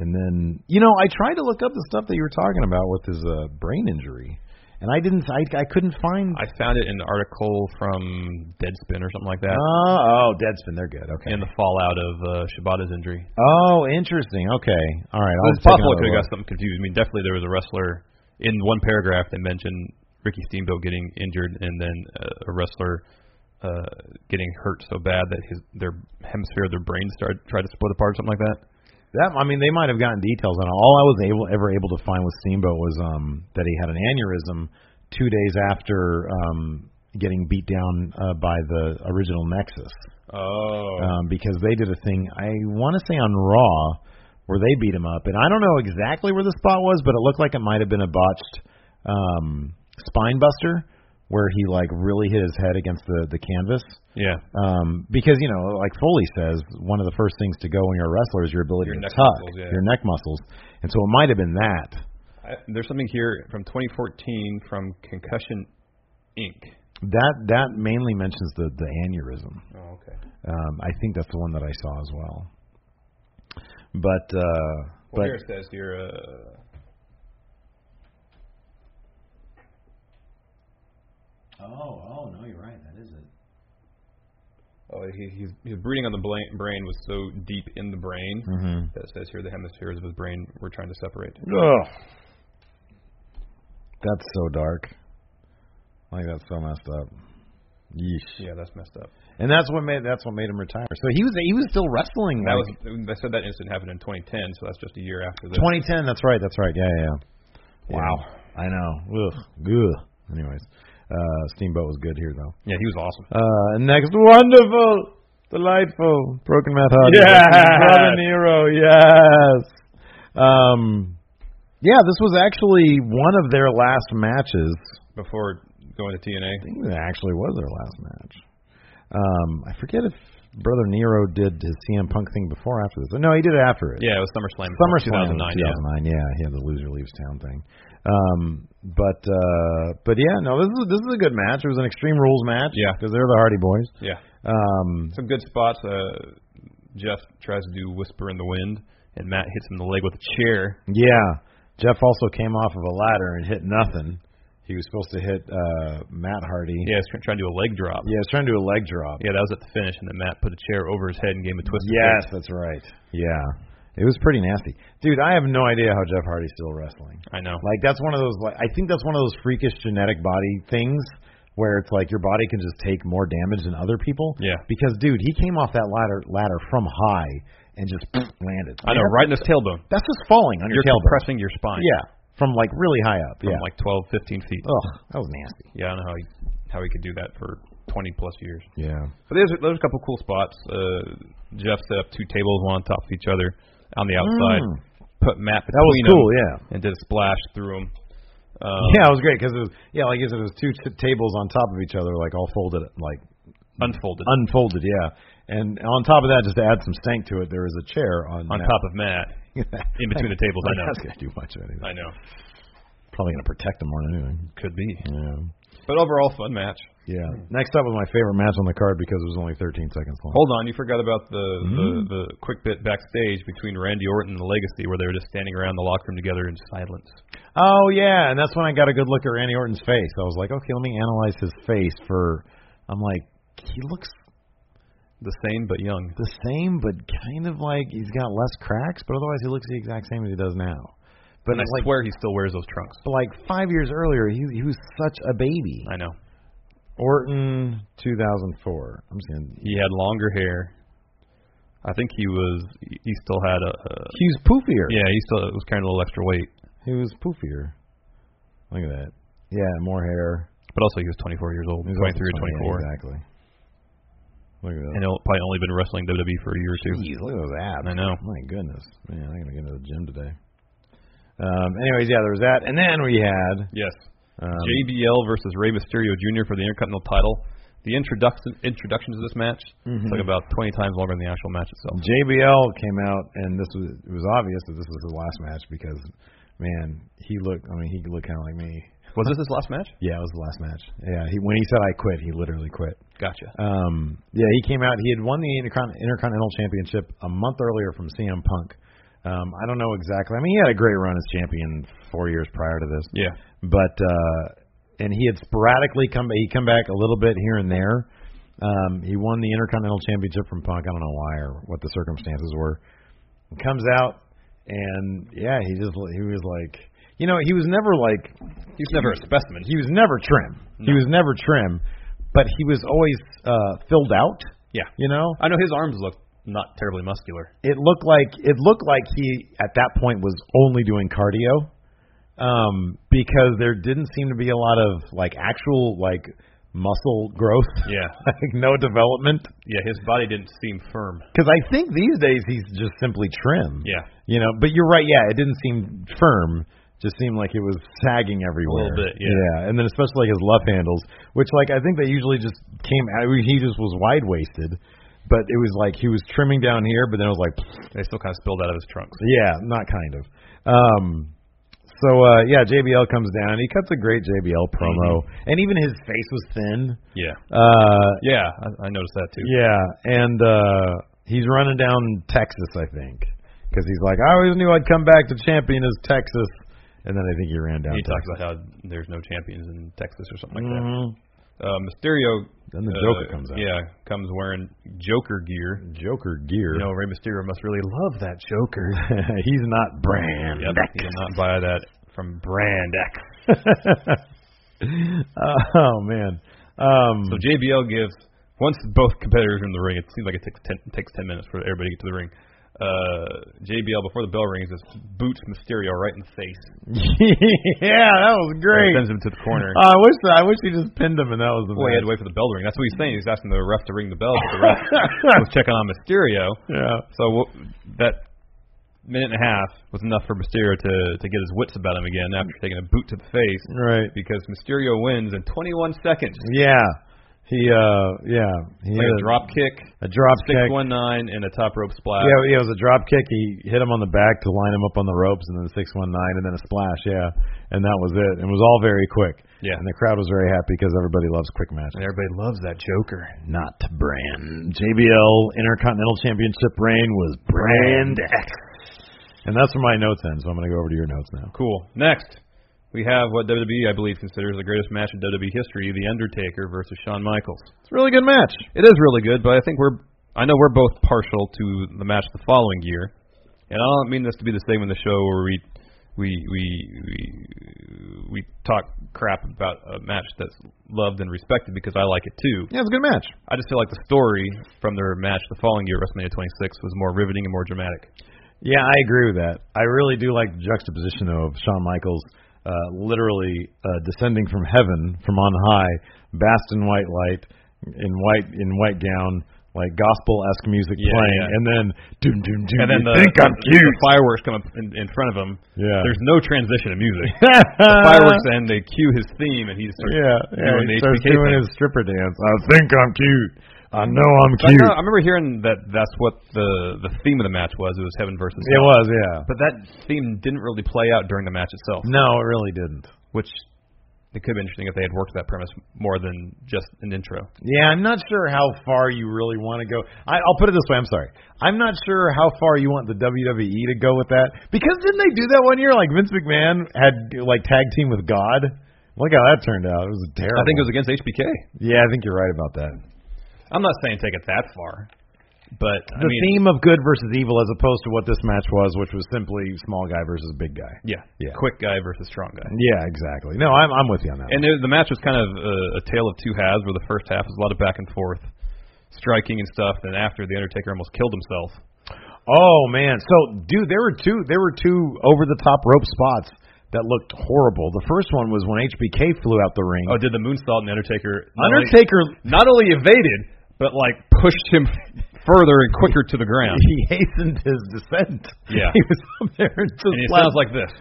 S2: And then you know, I tried to look up the stuff that you were talking about with his uh, brain injury, and I didn't. I I couldn't find.
S3: I found it in an article from Deadspin or something like that,
S2: oh, oh, Deadspin, they're good. Okay.
S3: in the fallout of uh, Shibata's injury.
S2: oh, interesting. Okay. All right. I'll
S3: it's
S2: take
S3: possible I
S2: another
S3: could have
S2: look.
S3: got something confused. I mean, definitely there was a wrestler in one paragraph that mentioned Ricky Steamboat getting injured, and then uh, a wrestler uh, getting hurt so bad that his their hemisphere of their brain started tried to split apart, or something like that.
S2: That I mean, they might have gotten details on it. All I was able ever able to find with Steamboat was um that he had an aneurysm two days after um getting beat down uh, by the original Nexus
S3: Oh,
S2: um, because they did a thing I want to say on Raw where they beat him up, and I don't know exactly where the spot was, but it looked like it might have been a botched um, spine buster where he like really hit his head against the the canvas.
S3: Yeah.
S2: Um, because you know, like Foley says, one of the first things to go when you're a wrestler is your ability
S3: Your
S2: to
S3: neck
S2: tuck
S3: muscles, yeah.
S2: your neck muscles, and so it might have been that.
S3: I, there's something here from 2014 from Concussion Inc.
S2: That that mainly mentions the the aneurysm.
S3: Oh, okay.
S2: Um, I think that's the one that I saw as well. But uh,
S3: Well,
S2: but
S3: here it says here. Uh,
S2: oh oh no, you're right. That is it.
S3: oh, he, he's, he's breeding on the bla- brain was so deep in the brain
S2: Mhm.
S3: that it says here the hemispheres of his brain were trying to separate.
S1: Ugh.
S2: That's so dark. Like that's so messed up. Yeesh.
S3: Yeah, that's messed up.
S2: And that's what made that's what made him retire. So he was he was still wrestling.
S3: That was
S2: like,
S3: they said that incident happened in 2010, so that's just a year after this.
S2: 2010. That's right. That's right. Yeah, yeah. yeah.
S3: Wow.
S2: Yeah, I know. Ugh. Ugh. Anyways, uh, Steamboat was good here though.
S3: Yeah, he was awesome.
S2: Uh, next, wonderful, delightful, broken Matt Hardy.
S1: Yes.
S2: Brother Nero. Yes. Um. Yeah, this was actually one of their last matches.
S3: Before going to TNA,
S2: I think that actually was their last match. Um, I forget if Brother Nero did his CM Punk thing before or after this. No, he did it after it.
S3: yeah, it was SummerSlam.
S2: SummerSlam
S3: 2009. Yeah.
S2: 2009, yeah, he had the loser leaves town thing. Um, but uh, but yeah, no, this is this is a good match. It was an Extreme Rules match,
S3: Yeah.
S2: because they're the Hardy Boys.
S3: Yeah,
S2: Um,
S3: some good spots. Uh, Jeff tries to do whisper in the wind, and Matt hits him in the leg with a chair.
S2: yeah, Jeff also came off of a ladder and hit nothing. He was supposed to hit uh, Matt Hardy.
S3: Yeah, he's trying to do a leg drop.
S2: yeah, he was trying to do a leg drop.
S3: Yeah, that was at the finish, and then Matt put a chair over his head and gave him a twist.
S2: Yes, that's right. Yeah. It was pretty nasty. Dude, I have no idea how Jeff Hardy's still wrestling.
S3: I know.
S2: Like that's one of those like I think that's one of those freakish genetic body things where it's like your body can just take more damage than other people.
S3: Yeah.
S2: Because dude, he came off that ladder ladder from high and just landed.
S3: I know, right in his tailbone.
S2: That's just falling on your
S3: You're
S2: tailbone.
S3: compressing your spine.
S2: Yeah. From like really high up.
S3: From
S2: yeah.
S3: like 12, 15 feet.
S2: Ugh, that was nasty.
S3: Yeah, I don't know how he, how he could do that for 20 plus years.
S2: Yeah.
S3: But there's there's a couple cool spots. Uh, Jeff set up two tables, one on top of each other, on the outside.
S2: Mm.
S3: Put Matt between
S2: That was cool,
S3: them,
S2: yeah.
S3: and did a splash through him. Um,
S2: yeah, it was great because it was yeah, like you said, it was two t- tables on top of each other, like all folded, like
S3: unfolded
S2: unfolded, yeah. And on top of that, just to add some stank to it, there is a chair on
S3: on
S2: that.
S3: top of Matt. in between the tables, I know.
S2: That's gonna do much of anything.
S3: I know,
S2: Probably gonna protect them more than anything.
S3: could be,
S2: Yeah.
S3: but overall fun match.
S2: Yeah. Next up was my favorite match on the card because it was only 13 seconds long.
S3: Hold on, you forgot about the
S2: Mm.
S3: the, the quick bit backstage between Randy Orton and the Legacy, where they were just standing around the locker room together in silence.
S2: Oh yeah, and that's when I got a good look at Randy Orton's face. I was like, okay, let me analyze his face for. I'm like, he looks
S3: The same but young.
S2: the same, but kind of like he's got less cracks, but otherwise he looks the exact same as he does now. But
S3: And I
S2: it's like,
S3: swear he still wears those trunks.
S2: but like five years earlier, he he was such a baby.
S3: I know.
S2: Orton 2004. I'm saying
S3: He had longer hair. I think he was. He still had a. a
S2: he was poofier.
S3: yeah, he still was carrying a little extra weight,
S2: He was poofier. Look at that. Yeah, more hair.
S3: but also he was 24 years old,
S2: He was
S3: 23
S2: also
S3: or
S2: 20, Exactly.
S3: 24,
S2: Look at
S3: and
S2: that.
S3: he'll probably only been wrestling WWE for a year or two.
S2: Jeez, look at those abs.
S3: I know.
S2: My goodness, man, I'm gonna get to the gym today. Um. Anyways, yeah, there was that, and then we had
S3: Yes.
S2: um,
S3: JBL versus Rey Mysterio Jr. for the Intercontinental title. The introduction introduction to this match
S2: Mhm.
S3: took about 20 times longer than the actual match itself.
S2: JBL came out, and this was it was obvious that this was his last match because, man, he looked. I mean, he looked kind of like me.
S3: Was this his last match?
S2: Yeah, it was the last match. Yeah, he when he said I quit, he literally quit.
S3: Gotcha.
S2: Um, yeah, he came out. He had won the Intercon- Intercontinental Championship a month earlier from CM Punk. Um, I don't know exactly. I mean, he had a great run as champion four years prior to this.
S3: Yeah.
S2: But uh, and he had sporadically come. He come back a little bit here and there. Um, he won the Intercontinental Championship from Punk. I don't know why or what the circumstances were. He comes out and yeah, he just he was like, you know, he was never like
S3: He's never a specimen.
S2: he was never trim. He was never trim, but he was always uh filled out.
S3: Yeah.
S2: You know,
S3: I know his arms look not terribly muscular.
S2: it looked like it looked like he at that point was only doing cardio, um, because there didn't seem to be a lot of like actual like muscle growth.
S3: Yeah.
S2: like no development.
S3: Yeah, his body didn't seem firm.
S2: Because I think these days he's just simply trim.
S3: Yeah.
S2: You know, but you're right. Yeah, it didn't seem firm. just seemed like it was sagging everywhere.
S3: little bit, yeah.
S2: And then especially like his love handles, which like I think they usually just came out. He just was wide waisted, but it was like he was trimming down here, but then it was like,
S3: They still kind of spilled out of his trunks.
S2: yeah, not kind of. Um, so uh, yeah, JBL comes down. He cuts a great JBL promo,
S3: Mm-hmm.
S2: and even his face was thin.
S3: Yeah.
S2: Uh,
S3: Yeah, I, I noticed that too.
S2: yeah, and uh he's running down Texas, I think, because he's like, I always knew I'd come back to champion as Texas, and then I think he ran down.
S3: He talks
S2: Texas.
S3: about how there's no champions in Texas or something like
S2: Mhm.
S3: that. Uh, Mysterio.
S2: Then the
S3: uh,
S2: Joker comes out.
S3: Yeah, comes wearing Joker gear.
S2: Joker gear.
S3: You know, Rey Mysterio must really love that Joker.
S2: he's not brand.
S3: Yep, he did not buy that from Brand X.
S2: oh man. Um,
S3: So JBL gives once both competitors are in the ring. It seems like it takes ten, takes ten minutes for everybody to get to the ring. Uh, JBL before the bell rings just boots Mysterio right in the face.
S2: yeah, that was
S3: and
S2: great.
S3: Sends him to the corner.
S2: Oh, I wish I wish he just pinned him and that was the
S3: Well, he had to
S2: match.
S3: wait for the bell to ring. That's what he's saying. He's asking the ref to ring the bell, but the ref was checking on Mysterio.
S2: Yeah.
S3: So w- that minute and a half was enough for Mysterio to to get his wits about him again after taking a boot to the face.
S2: Right.
S3: Because Mysterio wins in 21 seconds.
S2: Yeah. He uh yeah. He
S3: Like
S2: had
S3: a drop kick,
S2: a drop
S3: six
S2: kick.
S3: one nine, and a top rope splash.
S2: Yeah, yeah, it was a drop kick. He hit him on the back to line him up on the ropes, and then six one nine, and then a splash. Yeah, and that was it. It was all very quick.
S3: Yeah.
S2: and the crowd was very happy because everybody loves quick matches.
S3: Everybody loves that Joker.
S2: Not brand JBL Intercontinental Championship reign was brand X, and that's where my notes end. So I'm going to go over to your notes now.
S3: Cool. Next, we have what WWE, I believe, considers the greatest match in WWE history: The Undertaker versus Shawn Michaels.
S2: It's a really good match.
S3: It is really good, but I think we're I know we're both partial to the match the following year, and I don't mean this to be the segment of the show where we we we we we talk crap about a match that's loved and respected because I like it too.
S2: Yeah, it's a good match.
S3: I just feel like the story from their match the following year, WrestleMania 26, was more riveting and more dramatic.
S2: Yeah, I agree with that. I really do like the juxtaposition though of Shawn Michaels uh, literally uh, descending from heaven from on high, vast in white light, in white in white gown, like gospel esque music
S3: Yeah,
S2: playing,
S3: yeah.
S2: and then doom doom doom.
S3: And then
S2: you
S3: the,
S2: think I'm
S3: the
S2: cute.
S3: fireworks come up in, in front of him.
S2: Yeah.
S3: There's no transition of music. the fireworks end. They cue his theme, and he just starts
S2: yeah, yeah.
S3: doing
S2: He
S3: the
S2: starts
S3: HBK
S2: doing
S3: thing.
S2: his stripper dance. I think I'm cute. I know I'm
S3: But I,
S2: cute.
S3: know- I remember hearing that that's what the the theme of the match was. It was heaven versus
S2: It
S3: hell.
S2: was, yeah.
S3: But that theme didn't really play out during the match itself,
S2: No, it really didn't.
S3: which it could have been interesting if they had worked that premise more than just an intro.
S2: Yeah, I'm not sure how far you really want to go. I, I'll put it this way. I'm sorry. I'm not sure how far you want the WWE to go with that because didn't they do that one year? Like Vince McMahon had like tag team with God. Look how that turned out. It was terrible.
S3: I think it was against HBK.
S2: Yeah, I think you're right about that.
S3: I'm not saying take it that far, but I
S2: the
S3: mean,
S2: theme of good versus evil, as opposed to what this match was, which was simply small guy versus big guy.
S3: yeah,
S2: Yeah.
S3: quick guy versus strong guy.
S2: Yeah, exactly. No, I'm I'm with you on that.
S3: And there, the match was kind of a, a tale of two halves, where the first half was a lot of back and forth, striking and stuff. Then after the Undertaker almost killed himself.
S2: Oh man, so dude, there were two there were two over the top rope spots that looked horrible. The first one was when HBK flew out the ring.
S3: Oh, did the moonsault and the Undertaker? not only-
S2: Undertaker,
S3: not only evaded, but like pushed him further and quicker to the ground.
S2: he hastened his descent.
S3: Yeah.
S2: he was up there and just
S3: And it
S2: loud-
S3: sounds like this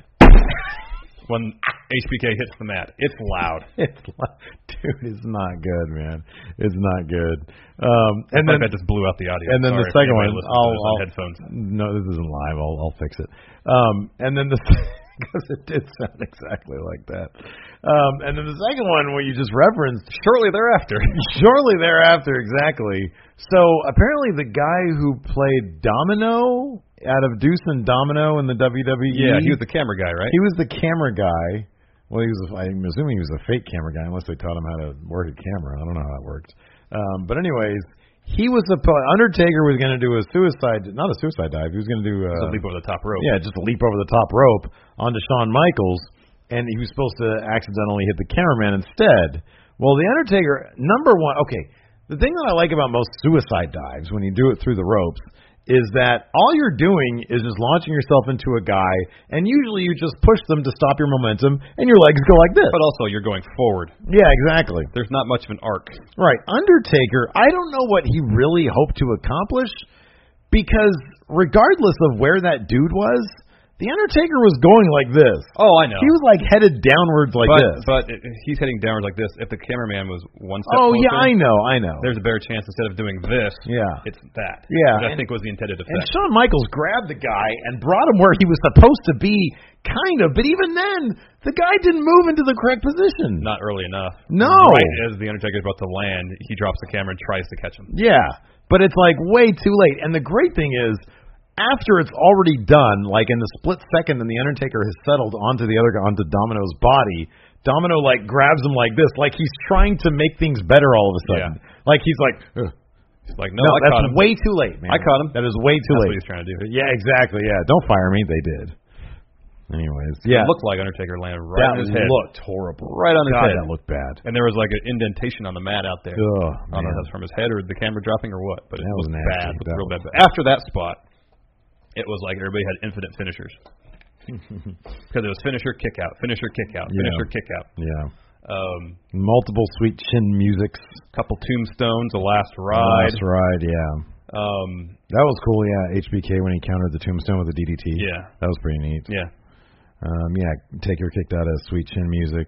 S3: when HBK hits the mat. It's loud.
S2: it's loud. dude, it's not good, man. It's not good. Um, and
S3: And then
S2: then
S3: that just blew out the audio.
S2: and then the
S3: Sorry if
S2: second
S3: anybody
S2: one,
S3: listens to
S2: I'll,
S3: this on
S2: I'll
S3: headphones.
S2: No, this isn't live. I'll I'll fix it. Um, and then the because it did sound exactly like that. Um, and then the second one, what you just referenced,
S3: Shortly thereafter,
S2: Shortly thereafter, exactly. So apparently, the guy who played Domino out of Deuce and Domino in the E WWE,
S3: yeah, he was the camera guy, right?
S2: he was the camera guy. Well, he was. A, I'm assuming he was a fake camera guy, unless they taught him how to work a camera. I don't know how that worked. Um, but anyways, he was the Undertaker was going to do a suicide, not a suicide dive. He was going to do uh,
S3: So leap over the top rope.
S2: yeah, just leap over the top rope onto Shawn Michaels, and he was supposed to accidentally hit the cameraman instead. Well, the Undertaker, number one, okay, the thing that I like about most suicide dives when you do it through the ropes is that all you're doing is just launching yourself into a guy, and usually you just push them to stop your momentum, and your legs go like this.
S3: But also, you're going forward.
S2: Yeah, exactly.
S3: There's not much of an arc.
S2: Right. Undertaker, I don't know what he really hoped to accomplish because regardless of where that dude was, The Undertaker was going like this.
S3: Oh, I know.
S2: He was like headed downwards like
S3: but,
S2: this.
S3: But i- if he's heading downwards like this. If the cameraman was one step
S2: oh
S3: closer,
S2: yeah, I know, I know.
S3: there's a better chance instead of doing this,
S2: Yeah.
S3: it's that.
S2: Yeah,
S3: Which I
S2: and-
S3: think was the intended
S2: And
S3: effect.
S2: Shawn Michaels grabbed the guy and brought him where he was supposed to be, kind of. But even then, the guy didn't move into the correct position.
S3: Not early enough.
S2: No.
S3: Right as the Undertaker's about to land, he drops the camera and tries to catch him.
S2: Yeah, but it's like way too late. And the great thing is, after it's already done, like in the split second, and the Undertaker has settled onto the other guy, onto Domino's body. Domino like grabs him like this, like he's trying to make things better all of a sudden. Like he's like, "Ugh."
S3: He's like,
S2: no,
S3: no, I
S2: that's
S3: caught him.
S2: way too late, man.
S3: I caught him.
S2: That is way too
S3: That's
S2: late.
S3: what he's trying to do.
S2: Yeah, exactly. Yeah, don't fire me. They did. Anyways, yeah,
S3: It looked like Undertaker landed right
S2: that
S3: on his head.
S2: looked horrible.
S3: Right on his
S2: God,
S3: head.
S2: That looked bad.
S3: And there was like an indentation on the mat out there.
S2: Ugh,
S3: I don't know
S2: man.
S3: if that's from his head or the camera dropping or what, but it
S2: That was
S3: looked
S2: nasty.
S3: bad. It looked
S2: That
S3: real
S2: was
S3: bad. But after that spot, it was like everybody had infinite finishers. Because it was finisher kick out, finisher kick out,
S2: Yeah.
S3: finisher kick out.
S2: Yeah,
S3: Um,
S2: multiple sweet chin musics.
S3: couple tombstones, a last ride.
S2: Last ride. Yeah.
S3: Um,
S2: That was cool, yeah. HBK when he countered the tombstone with the DDT.
S3: Yeah.
S2: That was pretty neat.
S3: yeah.
S2: Um, yeah, Taker kicked out of Sweet Chin Music.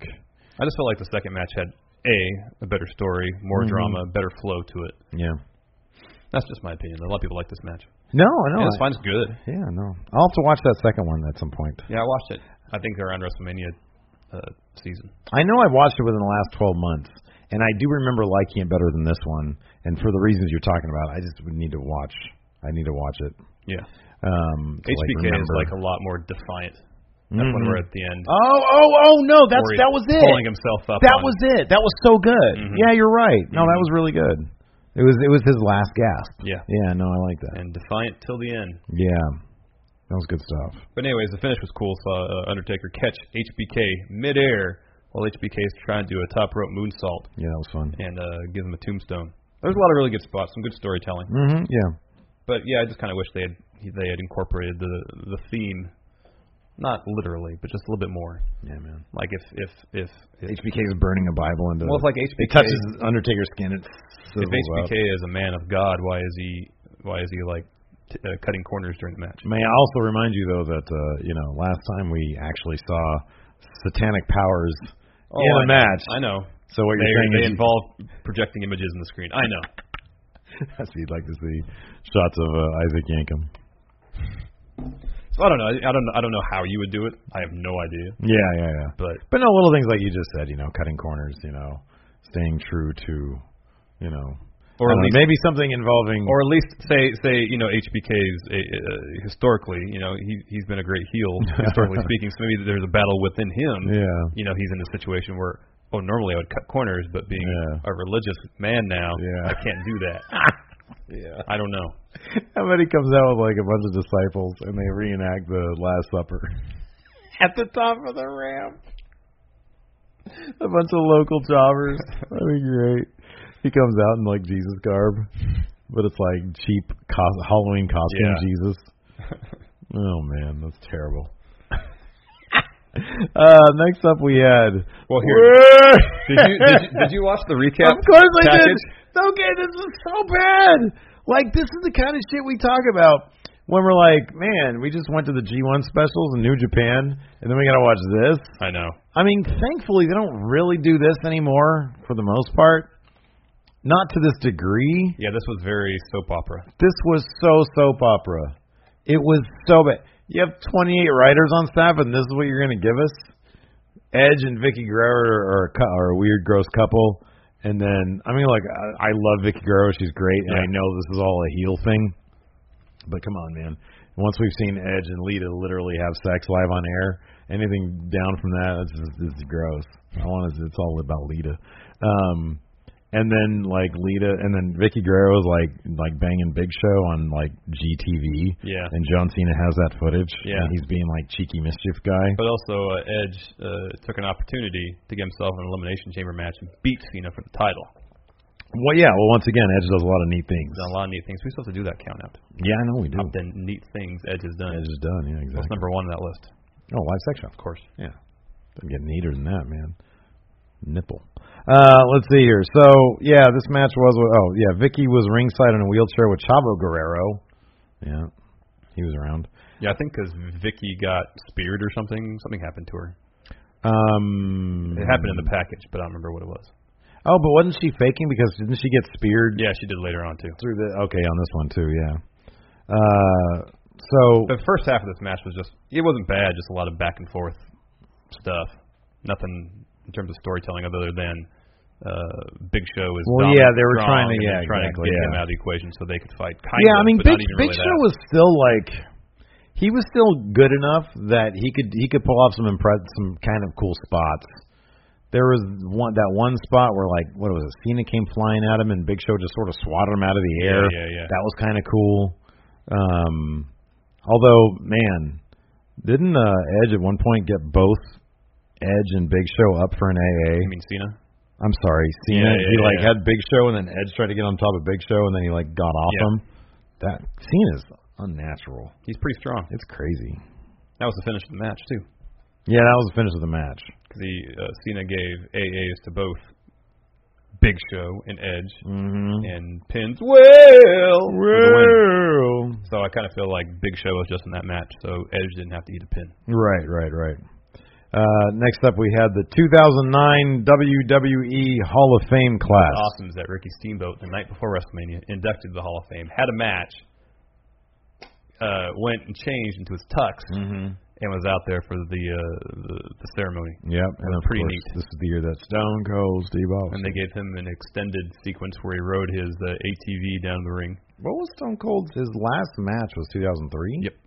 S3: I just felt like the second match had a a better story, more
S2: Mm-hmm.
S3: drama, better flow to it.
S2: Yeah.
S3: That's just my opinion. A lot of people like this match.
S2: No, no. I,
S3: and it's fine. It's good.
S2: Yeah, no. I'll have to watch that second one at some point.
S3: Yeah, I watched it. I think around WrestleMania uh, season.
S2: I know I've watched it within the last 12 months, and I do remember liking it better than this one. And for the reasons you're talking about, I just would need to watch. I need to watch it.
S3: Yeah.
S2: Um, to, like,
S3: HBK is
S2: remember.
S3: like a lot more defiant. That's when
S2: Mhm.
S3: we're at the end.
S2: Oh, oh, oh! No, that's
S3: where he's
S2: that was it.
S3: Pulling himself up.
S2: That
S3: on-
S2: was it. That was so good.
S3: Mhm.
S2: Yeah, you're right. No, that was really good. It was it was his last gasp.
S3: Yeah.
S2: Yeah, no, I like that.
S3: And defiant till the end.
S2: Yeah. That was good stuff.
S3: But anyways, the finish was cool. Saw uh, Undertaker catch HBK midair while HBK is trying to do a top rope moonsault
S2: Yeah, that was fun.
S3: and uh, give him a tombstone. There's a lot of really good spots, some good storytelling.
S2: Mhm. Yeah.
S3: But yeah, I just kind of wish they had they had incorporated the the theme, not literally, but just a little bit more.
S2: Yeah, man.
S3: Like if if if, if
S2: HBK is burning a Bible into
S3: well, it's like
S2: it
S3: HBK
S2: touches Undertaker's skin. It
S3: if
S2: sizzles
S3: HBK
S2: up.
S3: is a man of God, why is he why is he like t- uh, cutting corners during the match?
S2: uh, May I also remind you though that uh, you know last time we actually saw satanic powers in
S3: Oh, I
S2: a
S3: know.
S2: match.
S3: I know.
S2: So what
S3: They,
S2: you're saying
S3: they
S2: is
S3: involve projecting images in the screen. I know.
S2: so you'd like to see shots of uh, Isaac Yankum.
S3: So I don't know. I don't. I don't know how you would do it. I have no idea.
S2: Yeah, yeah, yeah.
S3: But
S2: But no, little things like you just said, you know, cutting corners, you know, staying true to, you know,
S3: or
S2: I don't
S3: at
S2: know,
S3: least
S2: Uh, maybe something involving.
S3: or at least say say you know HBK's uh, uh, historically you know he he's been a great heel historically speaking. So maybe there's a battle within him.
S2: yeah,
S3: You know he's in a situation where oh normally I would cut corners, but being
S2: Yeah.
S3: a religious man now
S2: Yeah.
S3: I can't do that.
S2: yeah.
S3: I don't know.
S2: Somebody comes out with like a bunch of disciples and they reenact the Last Supper at the top of the ramp. A bunch of local jobbers. That'd be great. He comes out in like Jesus garb, but it's like cheap cos- Halloween costume
S3: Yeah.
S2: Jesus. Oh man, that's terrible. uh, next up we had.
S3: Well, here- Did you, did you did you watch the recap?
S2: Of course I
S3: package?
S2: did. Okay, this is so bad. Like this is the kind of shit we talk about when we're like, man, we just went to the G1 specials in New Japan, and then we gotta watch this.
S3: I know.
S2: I mean, thankfully they don't really do this anymore for the most part. Not to this degree.
S3: Yeah, this was very soap opera.
S2: This was so soap opera. It was so bad. You have 28 writers on staff, and this is what you're going to give us. Edge and Vicky Guerrero are a, cou- are a weird, gross couple. And then, I mean, like, I, I love Vicky Guerrero. She's great, and
S3: Yeah.
S2: I know this is all a heel thing. But come on, man. Once we've seen Edge and Lita literally have sex live on air, anything down from that, it's just it's gross. I want to, it's all about Lita. Um, and then like Lita, and then Vicky Guerrero is like like banging Big Show on like GTV.
S3: Yeah.
S2: And John Cena has that footage.
S3: Yeah.
S2: And he's being like cheeky mischief guy.
S3: But also, uh, Edge uh, took an opportunity to get himself an elimination chamber match and beat Cena for the title.
S2: Well, yeah. Well, once again, Edge does a lot of neat things.
S3: He's done a lot of neat things. We still have to do that count out.
S2: Yeah, I know we do.
S3: Up the neat things Edge has done.
S2: Edge is done. Yeah,
S3: What's
S2: exactly.
S3: number one on that list?
S2: Oh, live sex shop.
S3: Of course.
S2: Yeah. Doesn't get neater than that, man. Nipple. Uh, let's see here. So yeah, this match was oh yeah, Vicky was ringside in a wheelchair with Chavo Guerrero. Yeah, he was around.
S3: Yeah, I think because Vicky got speared or something. Something happened to her.
S2: Um,
S3: It happened in the package, but I don't remember what it was.
S2: Oh, but wasn't she faking because didn't she get speared
S3: Yeah, she did later on too.
S2: through the? Okay, on this one too. Yeah. Uh, so
S3: The first half of this match was just it wasn't bad, just a lot of back and forth stuff. Nothing in terms of storytelling other than uh Big Show is
S2: Well,
S3: dominant
S2: yeah,
S3: and
S2: they were
S3: strong
S2: trying to-
S3: and
S2: yeah,
S3: trying
S2: exactly,
S3: to get him
S2: yeah.
S3: out of the equation so they could fight. Kind
S2: yeah,
S3: of,
S2: I mean,
S3: but
S2: Big
S3: not even
S2: Big
S3: really
S2: Show
S3: that.
S2: was still like he was still good enough that he could he could pull off some impress some kind of cool spots. There was one that one spot where like what was it? Cena came flying at him and Big Show just sort of swatted him out of the air.
S3: yeah, yeah.
S2: That was kind of cool. Um, although, man, didn't uh, Edge at one point get both Edge and Big Show up for an AA?
S3: You mean Cena?
S2: I'm sorry, Cena.
S3: Yeah, yeah,
S2: he like
S3: yeah.
S2: had Big Show, and then Edge tried to get on top of Big Show, and then he like got off
S3: Yeah.
S2: him. That Cena's unnatural.
S3: He's pretty strong.
S2: It's crazy.
S3: That was the finish of the match too,
S2: Yeah, that was the finish of the match.
S3: because he uh, Cena gave AAs to both Big Show and Edge
S2: Mm-hmm.
S3: and pins well.
S2: Well,
S3: So I kind of feel like Big Show was just in that match, so Edge didn't have to eat a pin.
S2: right, right, right. Uh, next up, we had the 2009 WWE E Hall of Fame class.
S3: What's awesome is that Ricky Steamboat, the night before WrestleMania, inducted to the Hall of Fame, had a match, uh, went and changed into his tux, and was out there for the uh, the, the ceremony.
S2: Yep, and of
S3: pretty
S2: course,
S3: neat.
S2: this is the year that Stone Cold Steve Austin.
S3: And they gave him an extended sequence where he rode his uh, ATV down the ring.
S2: what was Stone Cold's his last match was 2003?
S3: Yep. Mm.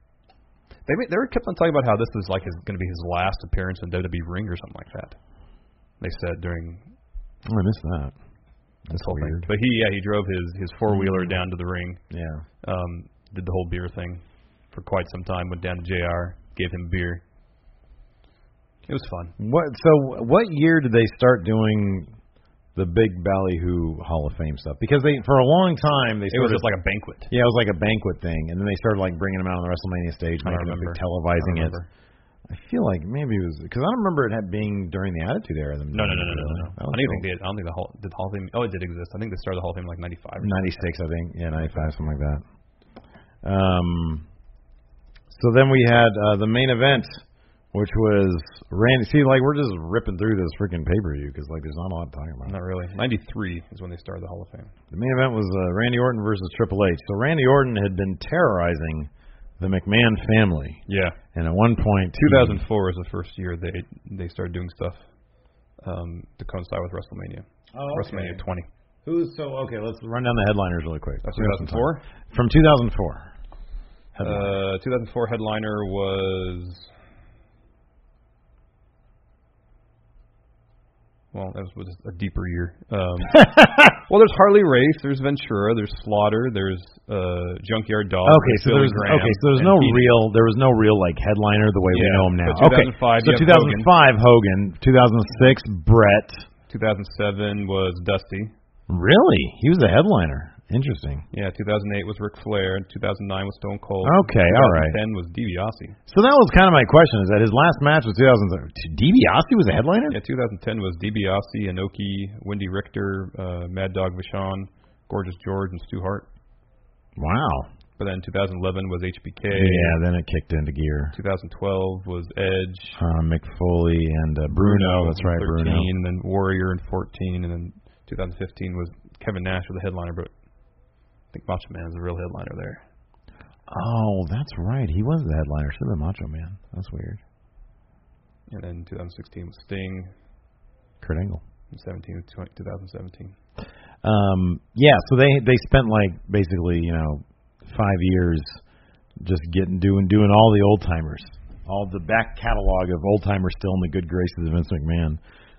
S3: They they were kept on talking about how this was like his going to be his last appearance in WWE ring or something like that. They said during
S2: Oh, I missed that. That's
S3: this whole
S2: weird.
S3: thing. But he yeah he drove his his four wheeler down to the ring.
S2: Yeah.
S3: um, did the whole beer thing for quite some time. Went down to JR, gave him beer. It was fun.
S2: What? So what year did they start doing the big ballyhoo Hall of Fame stuff? Because they for a long time they
S3: It was
S2: started
S3: just like a banquet.
S2: yeah, it was like a banquet thing, and then they started like bringing them out on the WrestleMania stage,
S3: I don't
S2: making them like,
S3: remember. I don't
S2: televising it.
S3: remember.
S2: I feel like maybe it was because I don't remember it had being during the Attitude Era. Them
S3: No, no, no, no,
S2: doing it,
S3: no, no.
S2: really.
S3: I don't even think they. I don't think the Hall did the Hall of Fame. Oh, it did exist. I think they started the Hall of Fame in like '95. or
S2: ninety six, I think. Yeah, ninety five, something like that. Um. So then we had uh, the main event, which was Randy. See, like we're just ripping through this freaking pay per view because like there's not a lot to talk about.
S3: something. Not really. '93 is when they started the Hall of Fame.
S2: The main event was uh, Randy Orton versus Triple H. So Randy Orton had been terrorizing the McMahon family,
S3: Yeah.
S2: and at one point,
S3: 2004 was the first year they they started doing stuff um, to coincide with WrestleMania.
S2: Oh, okay.
S3: WrestleMania 20.
S2: Who's so okay? Let's run down the headliners really quick.
S3: That's
S2: We got some
S3: 2004?
S2: time. From 2004. Headline.
S3: Uh, 2004 headliner was. Well, that was a deeper year. Um, well, there's Harley Race, there's Ventura, there's Slaughter, there's uh, Junkyard Dog.
S2: Okay,
S3: there's
S2: so
S3: Billy
S2: there's
S3: Graham,
S2: okay, so there's
S3: and
S2: no
S3: Heat.
S2: real there was no real like headliner the way we
S3: Yeah,
S2: know him now.
S3: but
S2: okay,
S3: 2005,
S2: so
S3: you have
S2: 2005 Hogan, 2006 Brett.
S3: 2007 was Dusty.
S2: Really, he was the headliner. Interesting.
S3: Yeah, 2008 was Ric Flair. 2009 was Stone Cold.
S2: Okay, all right.
S3: 2010 was DiBiase.
S2: So that was kind of my question: is that his last match was 2003? DiBiase was a headliner?
S3: Yeah, 2010 was DiBiase, Inoki, Wendy Richter, uh, Mad Dog Vachon, Gorgeous George, and Stu Hart.
S2: Wow.
S3: But then 2011 was HBK.
S2: Yeah, then it kicked into gear.
S3: 2012 was Edge.
S2: Uh, McFoley and uh, Bruno. That's right,
S3: 13,
S2: Bruno.
S3: And then Warrior in 14. And then 2015 was Kevin Nash with the headliner, but I think Macho Man is the real headliner there.
S2: Oh, that's right. He was the headliner. Should have been Macho Man. That's weird.
S3: And then 2016 was Sting.
S2: Kurt Angle.
S3: And 17 was 20, 2017.
S2: Um, yeah. So they they spent like basically you know five years just getting doing doing all the old timers, all the back catalog of old timers still in the good graces of Vince McMahon.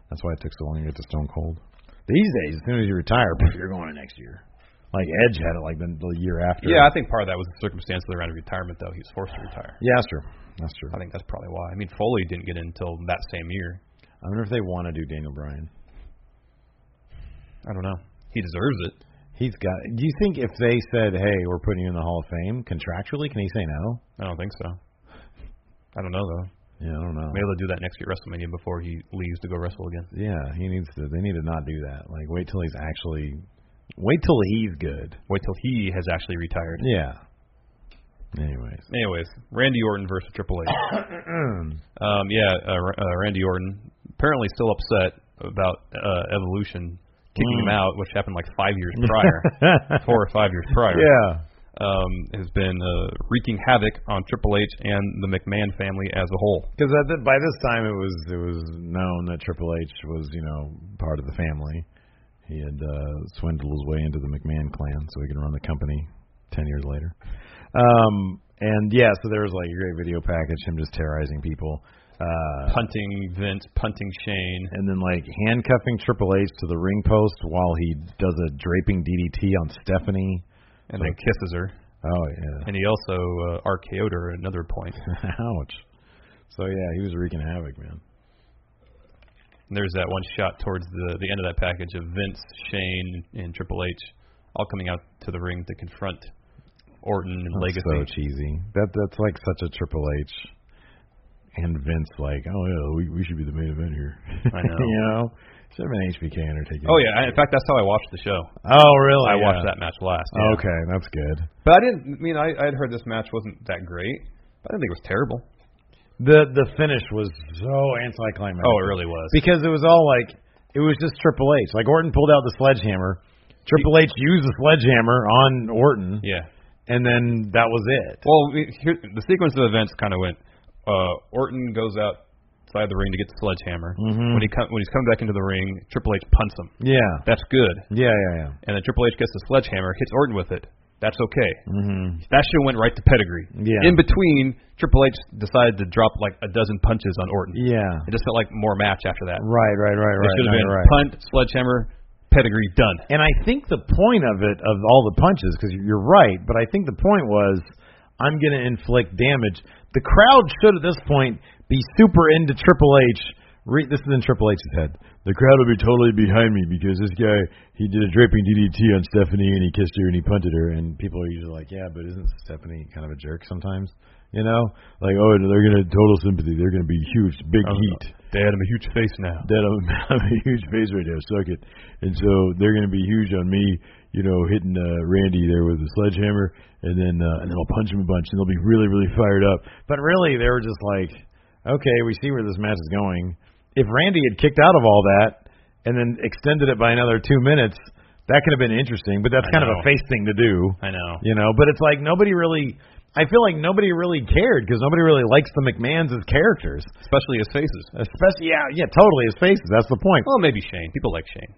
S2: That's why it took so long to get to Stone Cold. These days, as soon as you retire, you're going to next year. Like Edge had it like the, the year after.
S3: Yeah, I think part of that was the circumstance of the round of retirement, though. He was forced to retire.
S2: Yeah, that's true. That's true.
S3: I think that's probably why. I mean, Foley didn't get in until that same year.
S2: I wonder if they want to do Daniel Bryan.
S3: I don't know. He deserves it.
S2: He's got. Do you think if they said, "Hey, we're putting you in the Hall of Fame contractually," can he say no?
S3: I don't think so. I don't know, though.
S2: Yeah, I don't know.
S3: Maybe they'll do that next year at WrestleMania before he leaves to go wrestle again.
S2: Yeah, he needs to. They need to not do that. Like, wait till he's actually. Wait till he's good.
S3: Wait till he has actually retired.
S2: Yeah. Anyways.
S3: Anyways, Randy Orton versus Triple H. um, yeah, uh, Ra- uh, Randy Orton apparently still upset about uh, Evolution
S2: Mm.
S3: kicking him out, which happened like five years prior, four or five years prior.
S2: Yeah.
S3: Um, has been uh, wreaking havoc on Triple H and the McMahon family as a whole.
S2: Because by this time it was it was known that Triple H was you know part of the family. He had uh, swindled his way into the McMahon clan so he could run the company ten years later. Um, and yeah, so there was like a great video package him just terrorizing people, uh,
S3: Punting Vince, punting Shane.
S2: and then like handcuffing Triple H to the ring post while he does a draping DDT on Stephanie.
S3: and then kisses her.
S2: Oh yeah,
S3: And he also uh, RKO'd her at another point.
S2: ouch. So yeah, he was wreaking havoc, man.
S3: And there's that one shot towards the the end of that package of Vince, Shane, and Triple H all coming out to the ring to confront Orton and
S2: That's
S3: Legacy.
S2: So cheesy. That that's like such a Triple H and Vince like, oh yeah, we we should be the main event here.
S3: I know.
S2: you know, should have been HBK Undertaker.
S3: Oh yeah, I- in fact that's how I watched the show.
S2: Oh really? Yeah.
S3: I
S2: Oh,
S3: watched that match last. yeah.
S2: Okay, that's good.
S3: But I didn't I mean I I'd heard this match wasn't that great. But I didn't think it was terrible.
S2: The the finish was so anticlimactic.
S3: Oh, it really was.
S2: because it was all like it was just Triple H. Like Orton pulled out the sledgehammer. Triple H used the sledgehammer on Orton,
S3: yeah.
S2: and then that was it.
S3: Well, we- here, the sequence of events kind of went. Uh, Orton goes outside the ring to get the sledgehammer.
S2: Mhm.
S3: When he come, when he's coming back into the ring, Triple H punts him.
S2: Yeah,
S3: That's good.
S2: yeah, yeah, yeah.
S3: And then Triple H gets the sledgehammer, hits Orton with it. That's okay.
S2: Mm-hmm.
S3: That shit went right to pedigree.
S2: Yeah.
S3: In between, Triple H decided to drop like a dozen punches on Orton.
S2: Yeah.
S3: It just felt like more match after that.
S2: Right, right, right,
S3: it
S2: right.
S3: should
S2: no,
S3: have been
S2: you're right.
S3: punt, sledgehammer, pedigree, done.
S2: And I think the point of it, of all the punches, because you're right, but I think the point was I'm going to inflict damage. The crowd should, at this point, be super into Triple H. Re- this is in Triple H's head. The crowd will be totally behind me because this guy, he did a draping DDT on Stephanie and he kissed her and he punted her. And people are usually like, yeah, but isn't Stephanie kind of a jerk sometimes? You know? Like, oh, they're going to total sympathy. They're going to be huge, big heat
S3: Dad, I'm a huge face now.
S2: that I'm, I'm a huge face right now, suck it. And so they're going to be huge on me, you know, hitting uh, Randy there with a sledgehammer, and then uh, and then I'll punch him a bunch, and they'll be really really fired up. But really, they were just like, okay, we see where this match is going. If Randy had kicked out of all that and then extended it by another two minutes, that could have been interesting. But that's
S3: I
S2: kind of a
S3: know.
S2: face thing to do
S3: I know.
S2: you know. But it's like nobody really. I feel like nobody really cared because nobody really likes the McMahons as characters,
S3: Especially his faces.
S2: especially yeah, yeah, totally his faces. That's the point.
S3: Well, maybe Shane. People like Shane.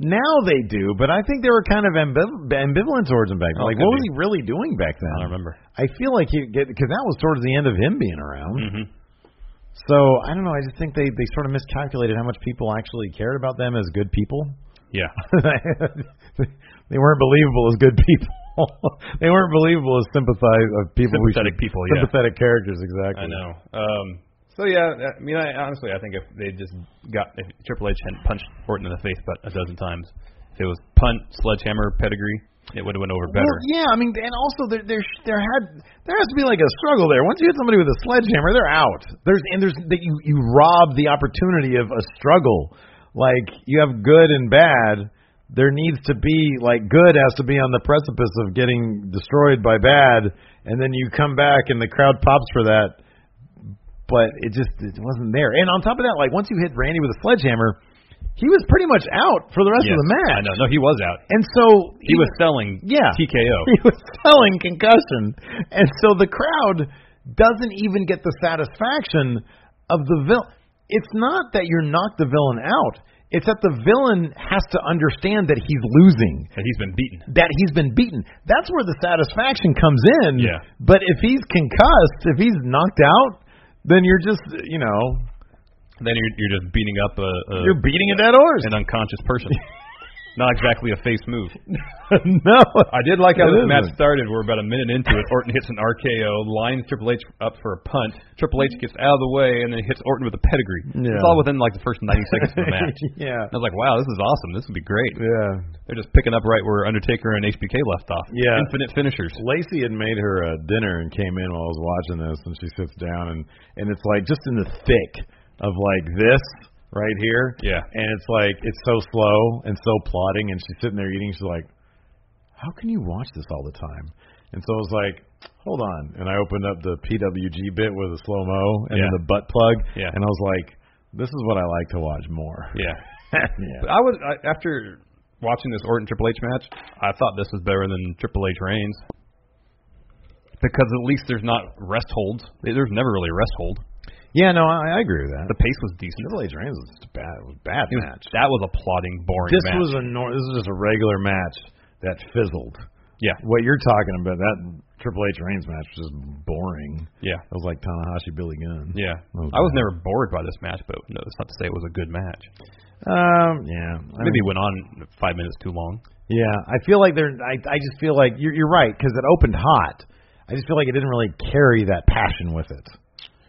S2: Now they do, but I think they were kind of ambiv- ambivalent towards him back then.
S3: Oh,
S2: like,
S3: could
S2: what was he
S3: be.
S2: really doing back then?
S3: I don't remember.
S2: I feel like he because that was towards the end of him being around.
S3: Mm-hmm.
S2: So I don't know. I just think they they sort of miscalculated how much people actually cared about them as good people.
S3: Yeah.
S2: they weren't believable as good people. they weren't believable as sympathize of people. we
S3: Sympathetic
S2: should-
S3: people, yeah.
S2: Sympathetic characters, exactly.
S3: I know. Um, so yeah, I mean, I honestly, I think if they just got if Triple H hadn't punched Orton in the face but a dozen times, if it was punt, sledgehammer, pedigree, it would have went over better.
S2: Well, yeah, I mean, and also there there there had there has to be like a struggle there. Once you hit somebody with a sledgehammer, they're out. There's and there's that you you rob the opportunity of a struggle. Like you have good and bad. There needs to be like good has to be on the precipice of getting destroyed by bad, and then you come back and the crowd pops for that. But it just it wasn't there. And on top of that, like once you hit Randy with a sledgehammer, he was pretty much out for the rest
S3: Yes,
S2: of the match.
S3: I know. No, he was out.
S2: And so
S3: He was selling
S2: Yeah.
S3: TKO.
S2: he was selling concussion, and so the crowd doesn't even get the satisfaction of the villain. It's not that you're knocked the villain out; it's that the villain has to understand that he's losing,
S3: And he's been beaten.
S2: that he's been beaten. That's where the satisfaction comes in.
S3: Yeah.
S2: But if he's concussed, if he's knocked out, then you're just, you know,
S3: Then you're, you're just beating up a, a
S2: you're beating a dead horse.
S3: an unconscious person. Not exactly a face move.
S2: no,
S3: I did like how
S2: It
S3: this
S2: isn't.
S3: match started. We're about a minute into it. Orton hits an RKO, lines Triple H up for a punt. Triple H gets out of the way and then hits Orton with a pedigree.
S2: Yeah.
S3: It's all within like the first 90 seconds of the match.
S2: yeah,
S3: I was like, wow, this is awesome. This would be great.
S2: yeah.
S3: They're just picking up right where Undertaker and HBK left off.
S2: Yeah.
S3: Infinite finishers.
S2: Lacey had made her uh, dinner and came in while I was watching this, and she sits down and and it's like just in the thick of like this right here.
S3: Yeah.
S2: And it's like it's so slow and so plodding, and she's sitting there eating. She's like, "How can you watch this all the time?" And so I was like, hold on. And I opened up the PWG bit with a slow mo and then
S3: Yeah.
S2: the butt plug.
S3: Yeah.
S2: And I was like, this is what I like to watch more.
S3: Yeah.
S2: yeah.
S3: But I was I, after watching this Orton Triple H match, I thought this was better than Triple H Reigns because at least there's not rest holds. There's never really a rest hold.
S2: Yeah, no, I, I agree with that.
S3: The pace was decent.
S2: Triple H Reigns was bad. It was a bad
S3: It was-
S2: match.
S3: that was a plodding, boring
S2: This
S3: match.
S2: was a nor- this was just a regular match that fizzled.
S3: yeah,
S2: What you're talking about that Triple H Reigns match was just boring.
S3: yeah,
S2: That was like Tanahashi Billy Gunn.
S3: yeah.
S2: Oh,
S3: I was
S2: God.
S3: never bored by this match, but no, it's not to say it was a good match.
S2: Um. Yeah. I
S3: Maybe
S2: mean,
S3: it went on five minutes too long.
S2: Yeah, I feel like they're. I I just feel like you're you're right because it opened hot. I just feel like it didn't really carry that passion with it.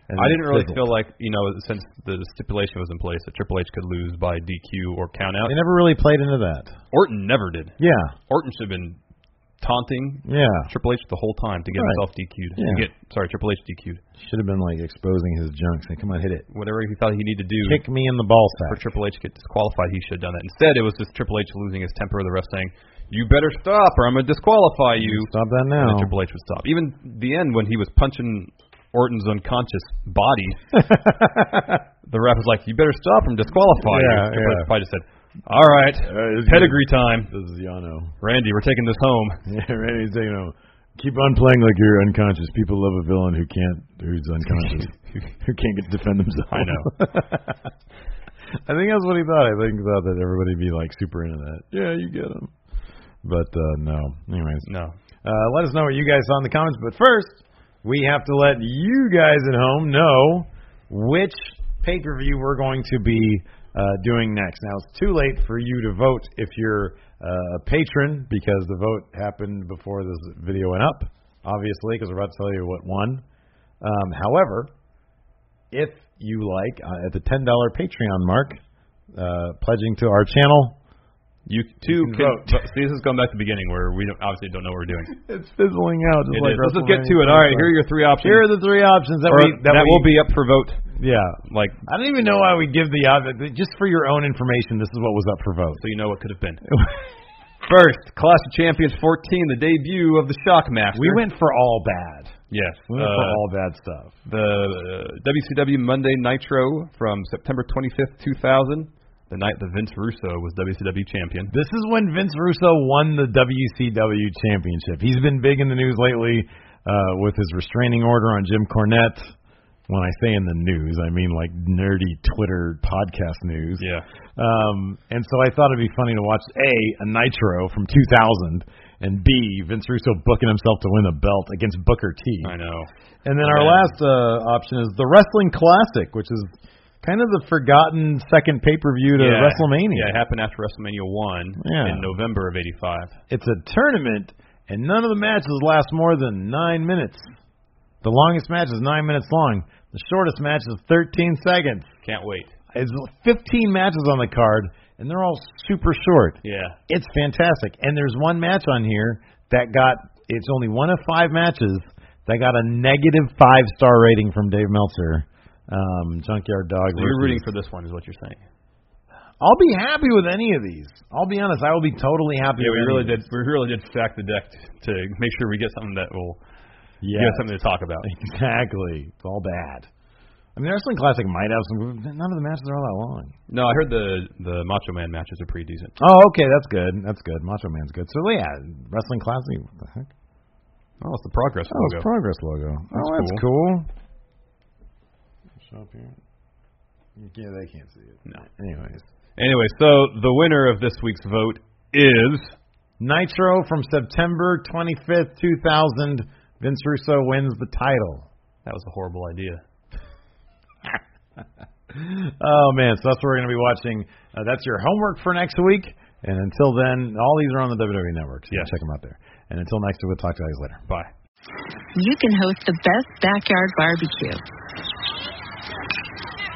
S2: And
S3: I
S2: it
S3: didn't really
S2: fizzled.
S3: feel like you know, since the stipulation was in place that Triple H could lose by DQ or count out.
S2: They never really played into that.
S3: Orton never did.
S2: Yeah.
S3: Orton should have been taunting
S2: Yeah.
S3: Triple H the whole time to get
S2: Right.
S3: himself DQ'd. To
S2: Yeah.
S3: get sorry, Triple H DQ'd.
S2: Should have been like exposing his junk, saying, "Come on, hit it,
S3: Whatever he thought he needed to do
S2: kick me in the ball
S3: for
S2: sack."
S3: Triple H to get disqualified, he should have done that. Instead, it was just Triple H losing his temper. The ref saying, "You better stop, or I'm gonna disqualify you."
S2: Stop that
S3: And then
S2: now.
S3: Triple H would stop. Even the end when he was punching Orton's unconscious body, the ref was like, "You better stop, I'm disqualifying
S2: Yeah,
S3: you." Triple
S2: yeah.
S3: H probably just said, "All right,
S2: it's
S3: pedigree time,
S2: Uh, This is Yano.
S3: Randy. We're taking this home."
S2: Yeah, Randy's saying, you know, keep on playing like you're unconscious. People love a villain who can't, who's unconscious, who can't get to defend themselves. I
S3: know.
S2: I think that's what he thought. I think he thought that everybody would be like super into that. Yeah, you get him. But uh, no. Anyways,
S3: No,
S2: uh, let us know what you guys saw in the comments. But first, we have to let you guys at home know which pay per view we're going to be uh, doing next. Now it's too late for you to vote if you're uh, a patron because the vote happened before this video went up, obviously, because we're about to tell you what won. Um, however, if you like, uh, at the ten dollar Patreon mark, uh, pledging to our channel,
S3: You two
S2: can
S3: can,
S2: vote.
S3: vote. See, this is going back to the beginning where we don't, obviously don't know what we're doing.
S2: it's fizzling out. Just
S3: It
S2: like
S3: is. Let's just get to it. All right, here are your three options.
S2: Here are the three options that
S3: Or
S2: we that, we,
S3: will be up for vote.
S2: yeah.
S3: Like
S2: I don't even know why we give the option. Just for your own information, this is what was up for vote.
S3: so you know what could have been. First, Clash of Champions 14, the debut of the Shockmaster.
S2: We went for all bad.
S3: Yes.
S2: We went for
S3: uh,
S2: all bad stuff.
S3: the uh, WCW Monday Nitro from September 25th, 2000, the night that Vince Russo was WCW champion.
S2: This is when Vince Russo won the WCW championship. He's been big in the news lately uh, with his restraining order on Jim Cornette. When I say in the news, I mean like nerdy Twitter podcast news.
S3: Yeah.
S2: Um, and so I thought it'd be funny to watch A, a Nitro from 2000, and B, Vince Russo booking himself to win the belt against Booker T.
S3: I know.
S2: And then our
S3: Yeah.
S2: last uh, option is the Wrestling Classic, which is kind of the forgotten second pay per view to WrestleMania.
S3: Yeah, it happened after WrestleMania 1
S2: Yeah.
S3: in November of 85.
S2: It's a tournament, and none of the matches last more than nine minutes. The longest match is nine minutes long. The shortest match is 13 seconds.
S3: Can't wait.
S2: It's 15 matches on the card, and they're all super short.
S3: Yeah.
S2: It's fantastic. And there's one match on here that got it's only one of five matches that got a negative five star rating from Dave Meltzer. Um, Junkyard Dog.
S3: So you're
S2: versus-
S3: rooting for this one, is what you're saying.
S2: I'll be happy with any of these. I'll be honest. I will be totally happy.
S3: Yeah,
S2: with
S3: we
S2: any
S3: really
S2: of
S3: did. We really did stack the deck t- to make sure we get something that will
S2: these.
S3: give
S2: Yeah,
S3: us something to talk about.
S2: exactly. It's all bad. I mean, the Wrestling Classic might have some. None of the matches are all that long.
S3: No, I heard the the Macho Man matches are pretty decent.
S2: Oh, okay, that's good. That's good. Macho Man's good. So yeah, Wrestling Classic. What the heck?
S3: Oh, it's the Progress
S2: Oh, it's
S3: logo.
S2: Progress logo. oh, that's
S3: that's
S2: cool. Show up here. Yeah, they can't see it.
S3: No.
S2: Anyways,
S3: anyway, so the winner of this week's vote is
S2: Nitro from September 25th, 2000. Vince Russo wins the title.
S3: that was a horrible idea.
S2: Oh man, so that's what we're going to be watching. Uh, that's your homework for next week. And until then, all these are on the WWE Network. So you can
S3: Yes.
S2: check them out there. And until next week, we'll talk to you guys later.
S3: Bye.
S4: you can host the best backyard barbecue.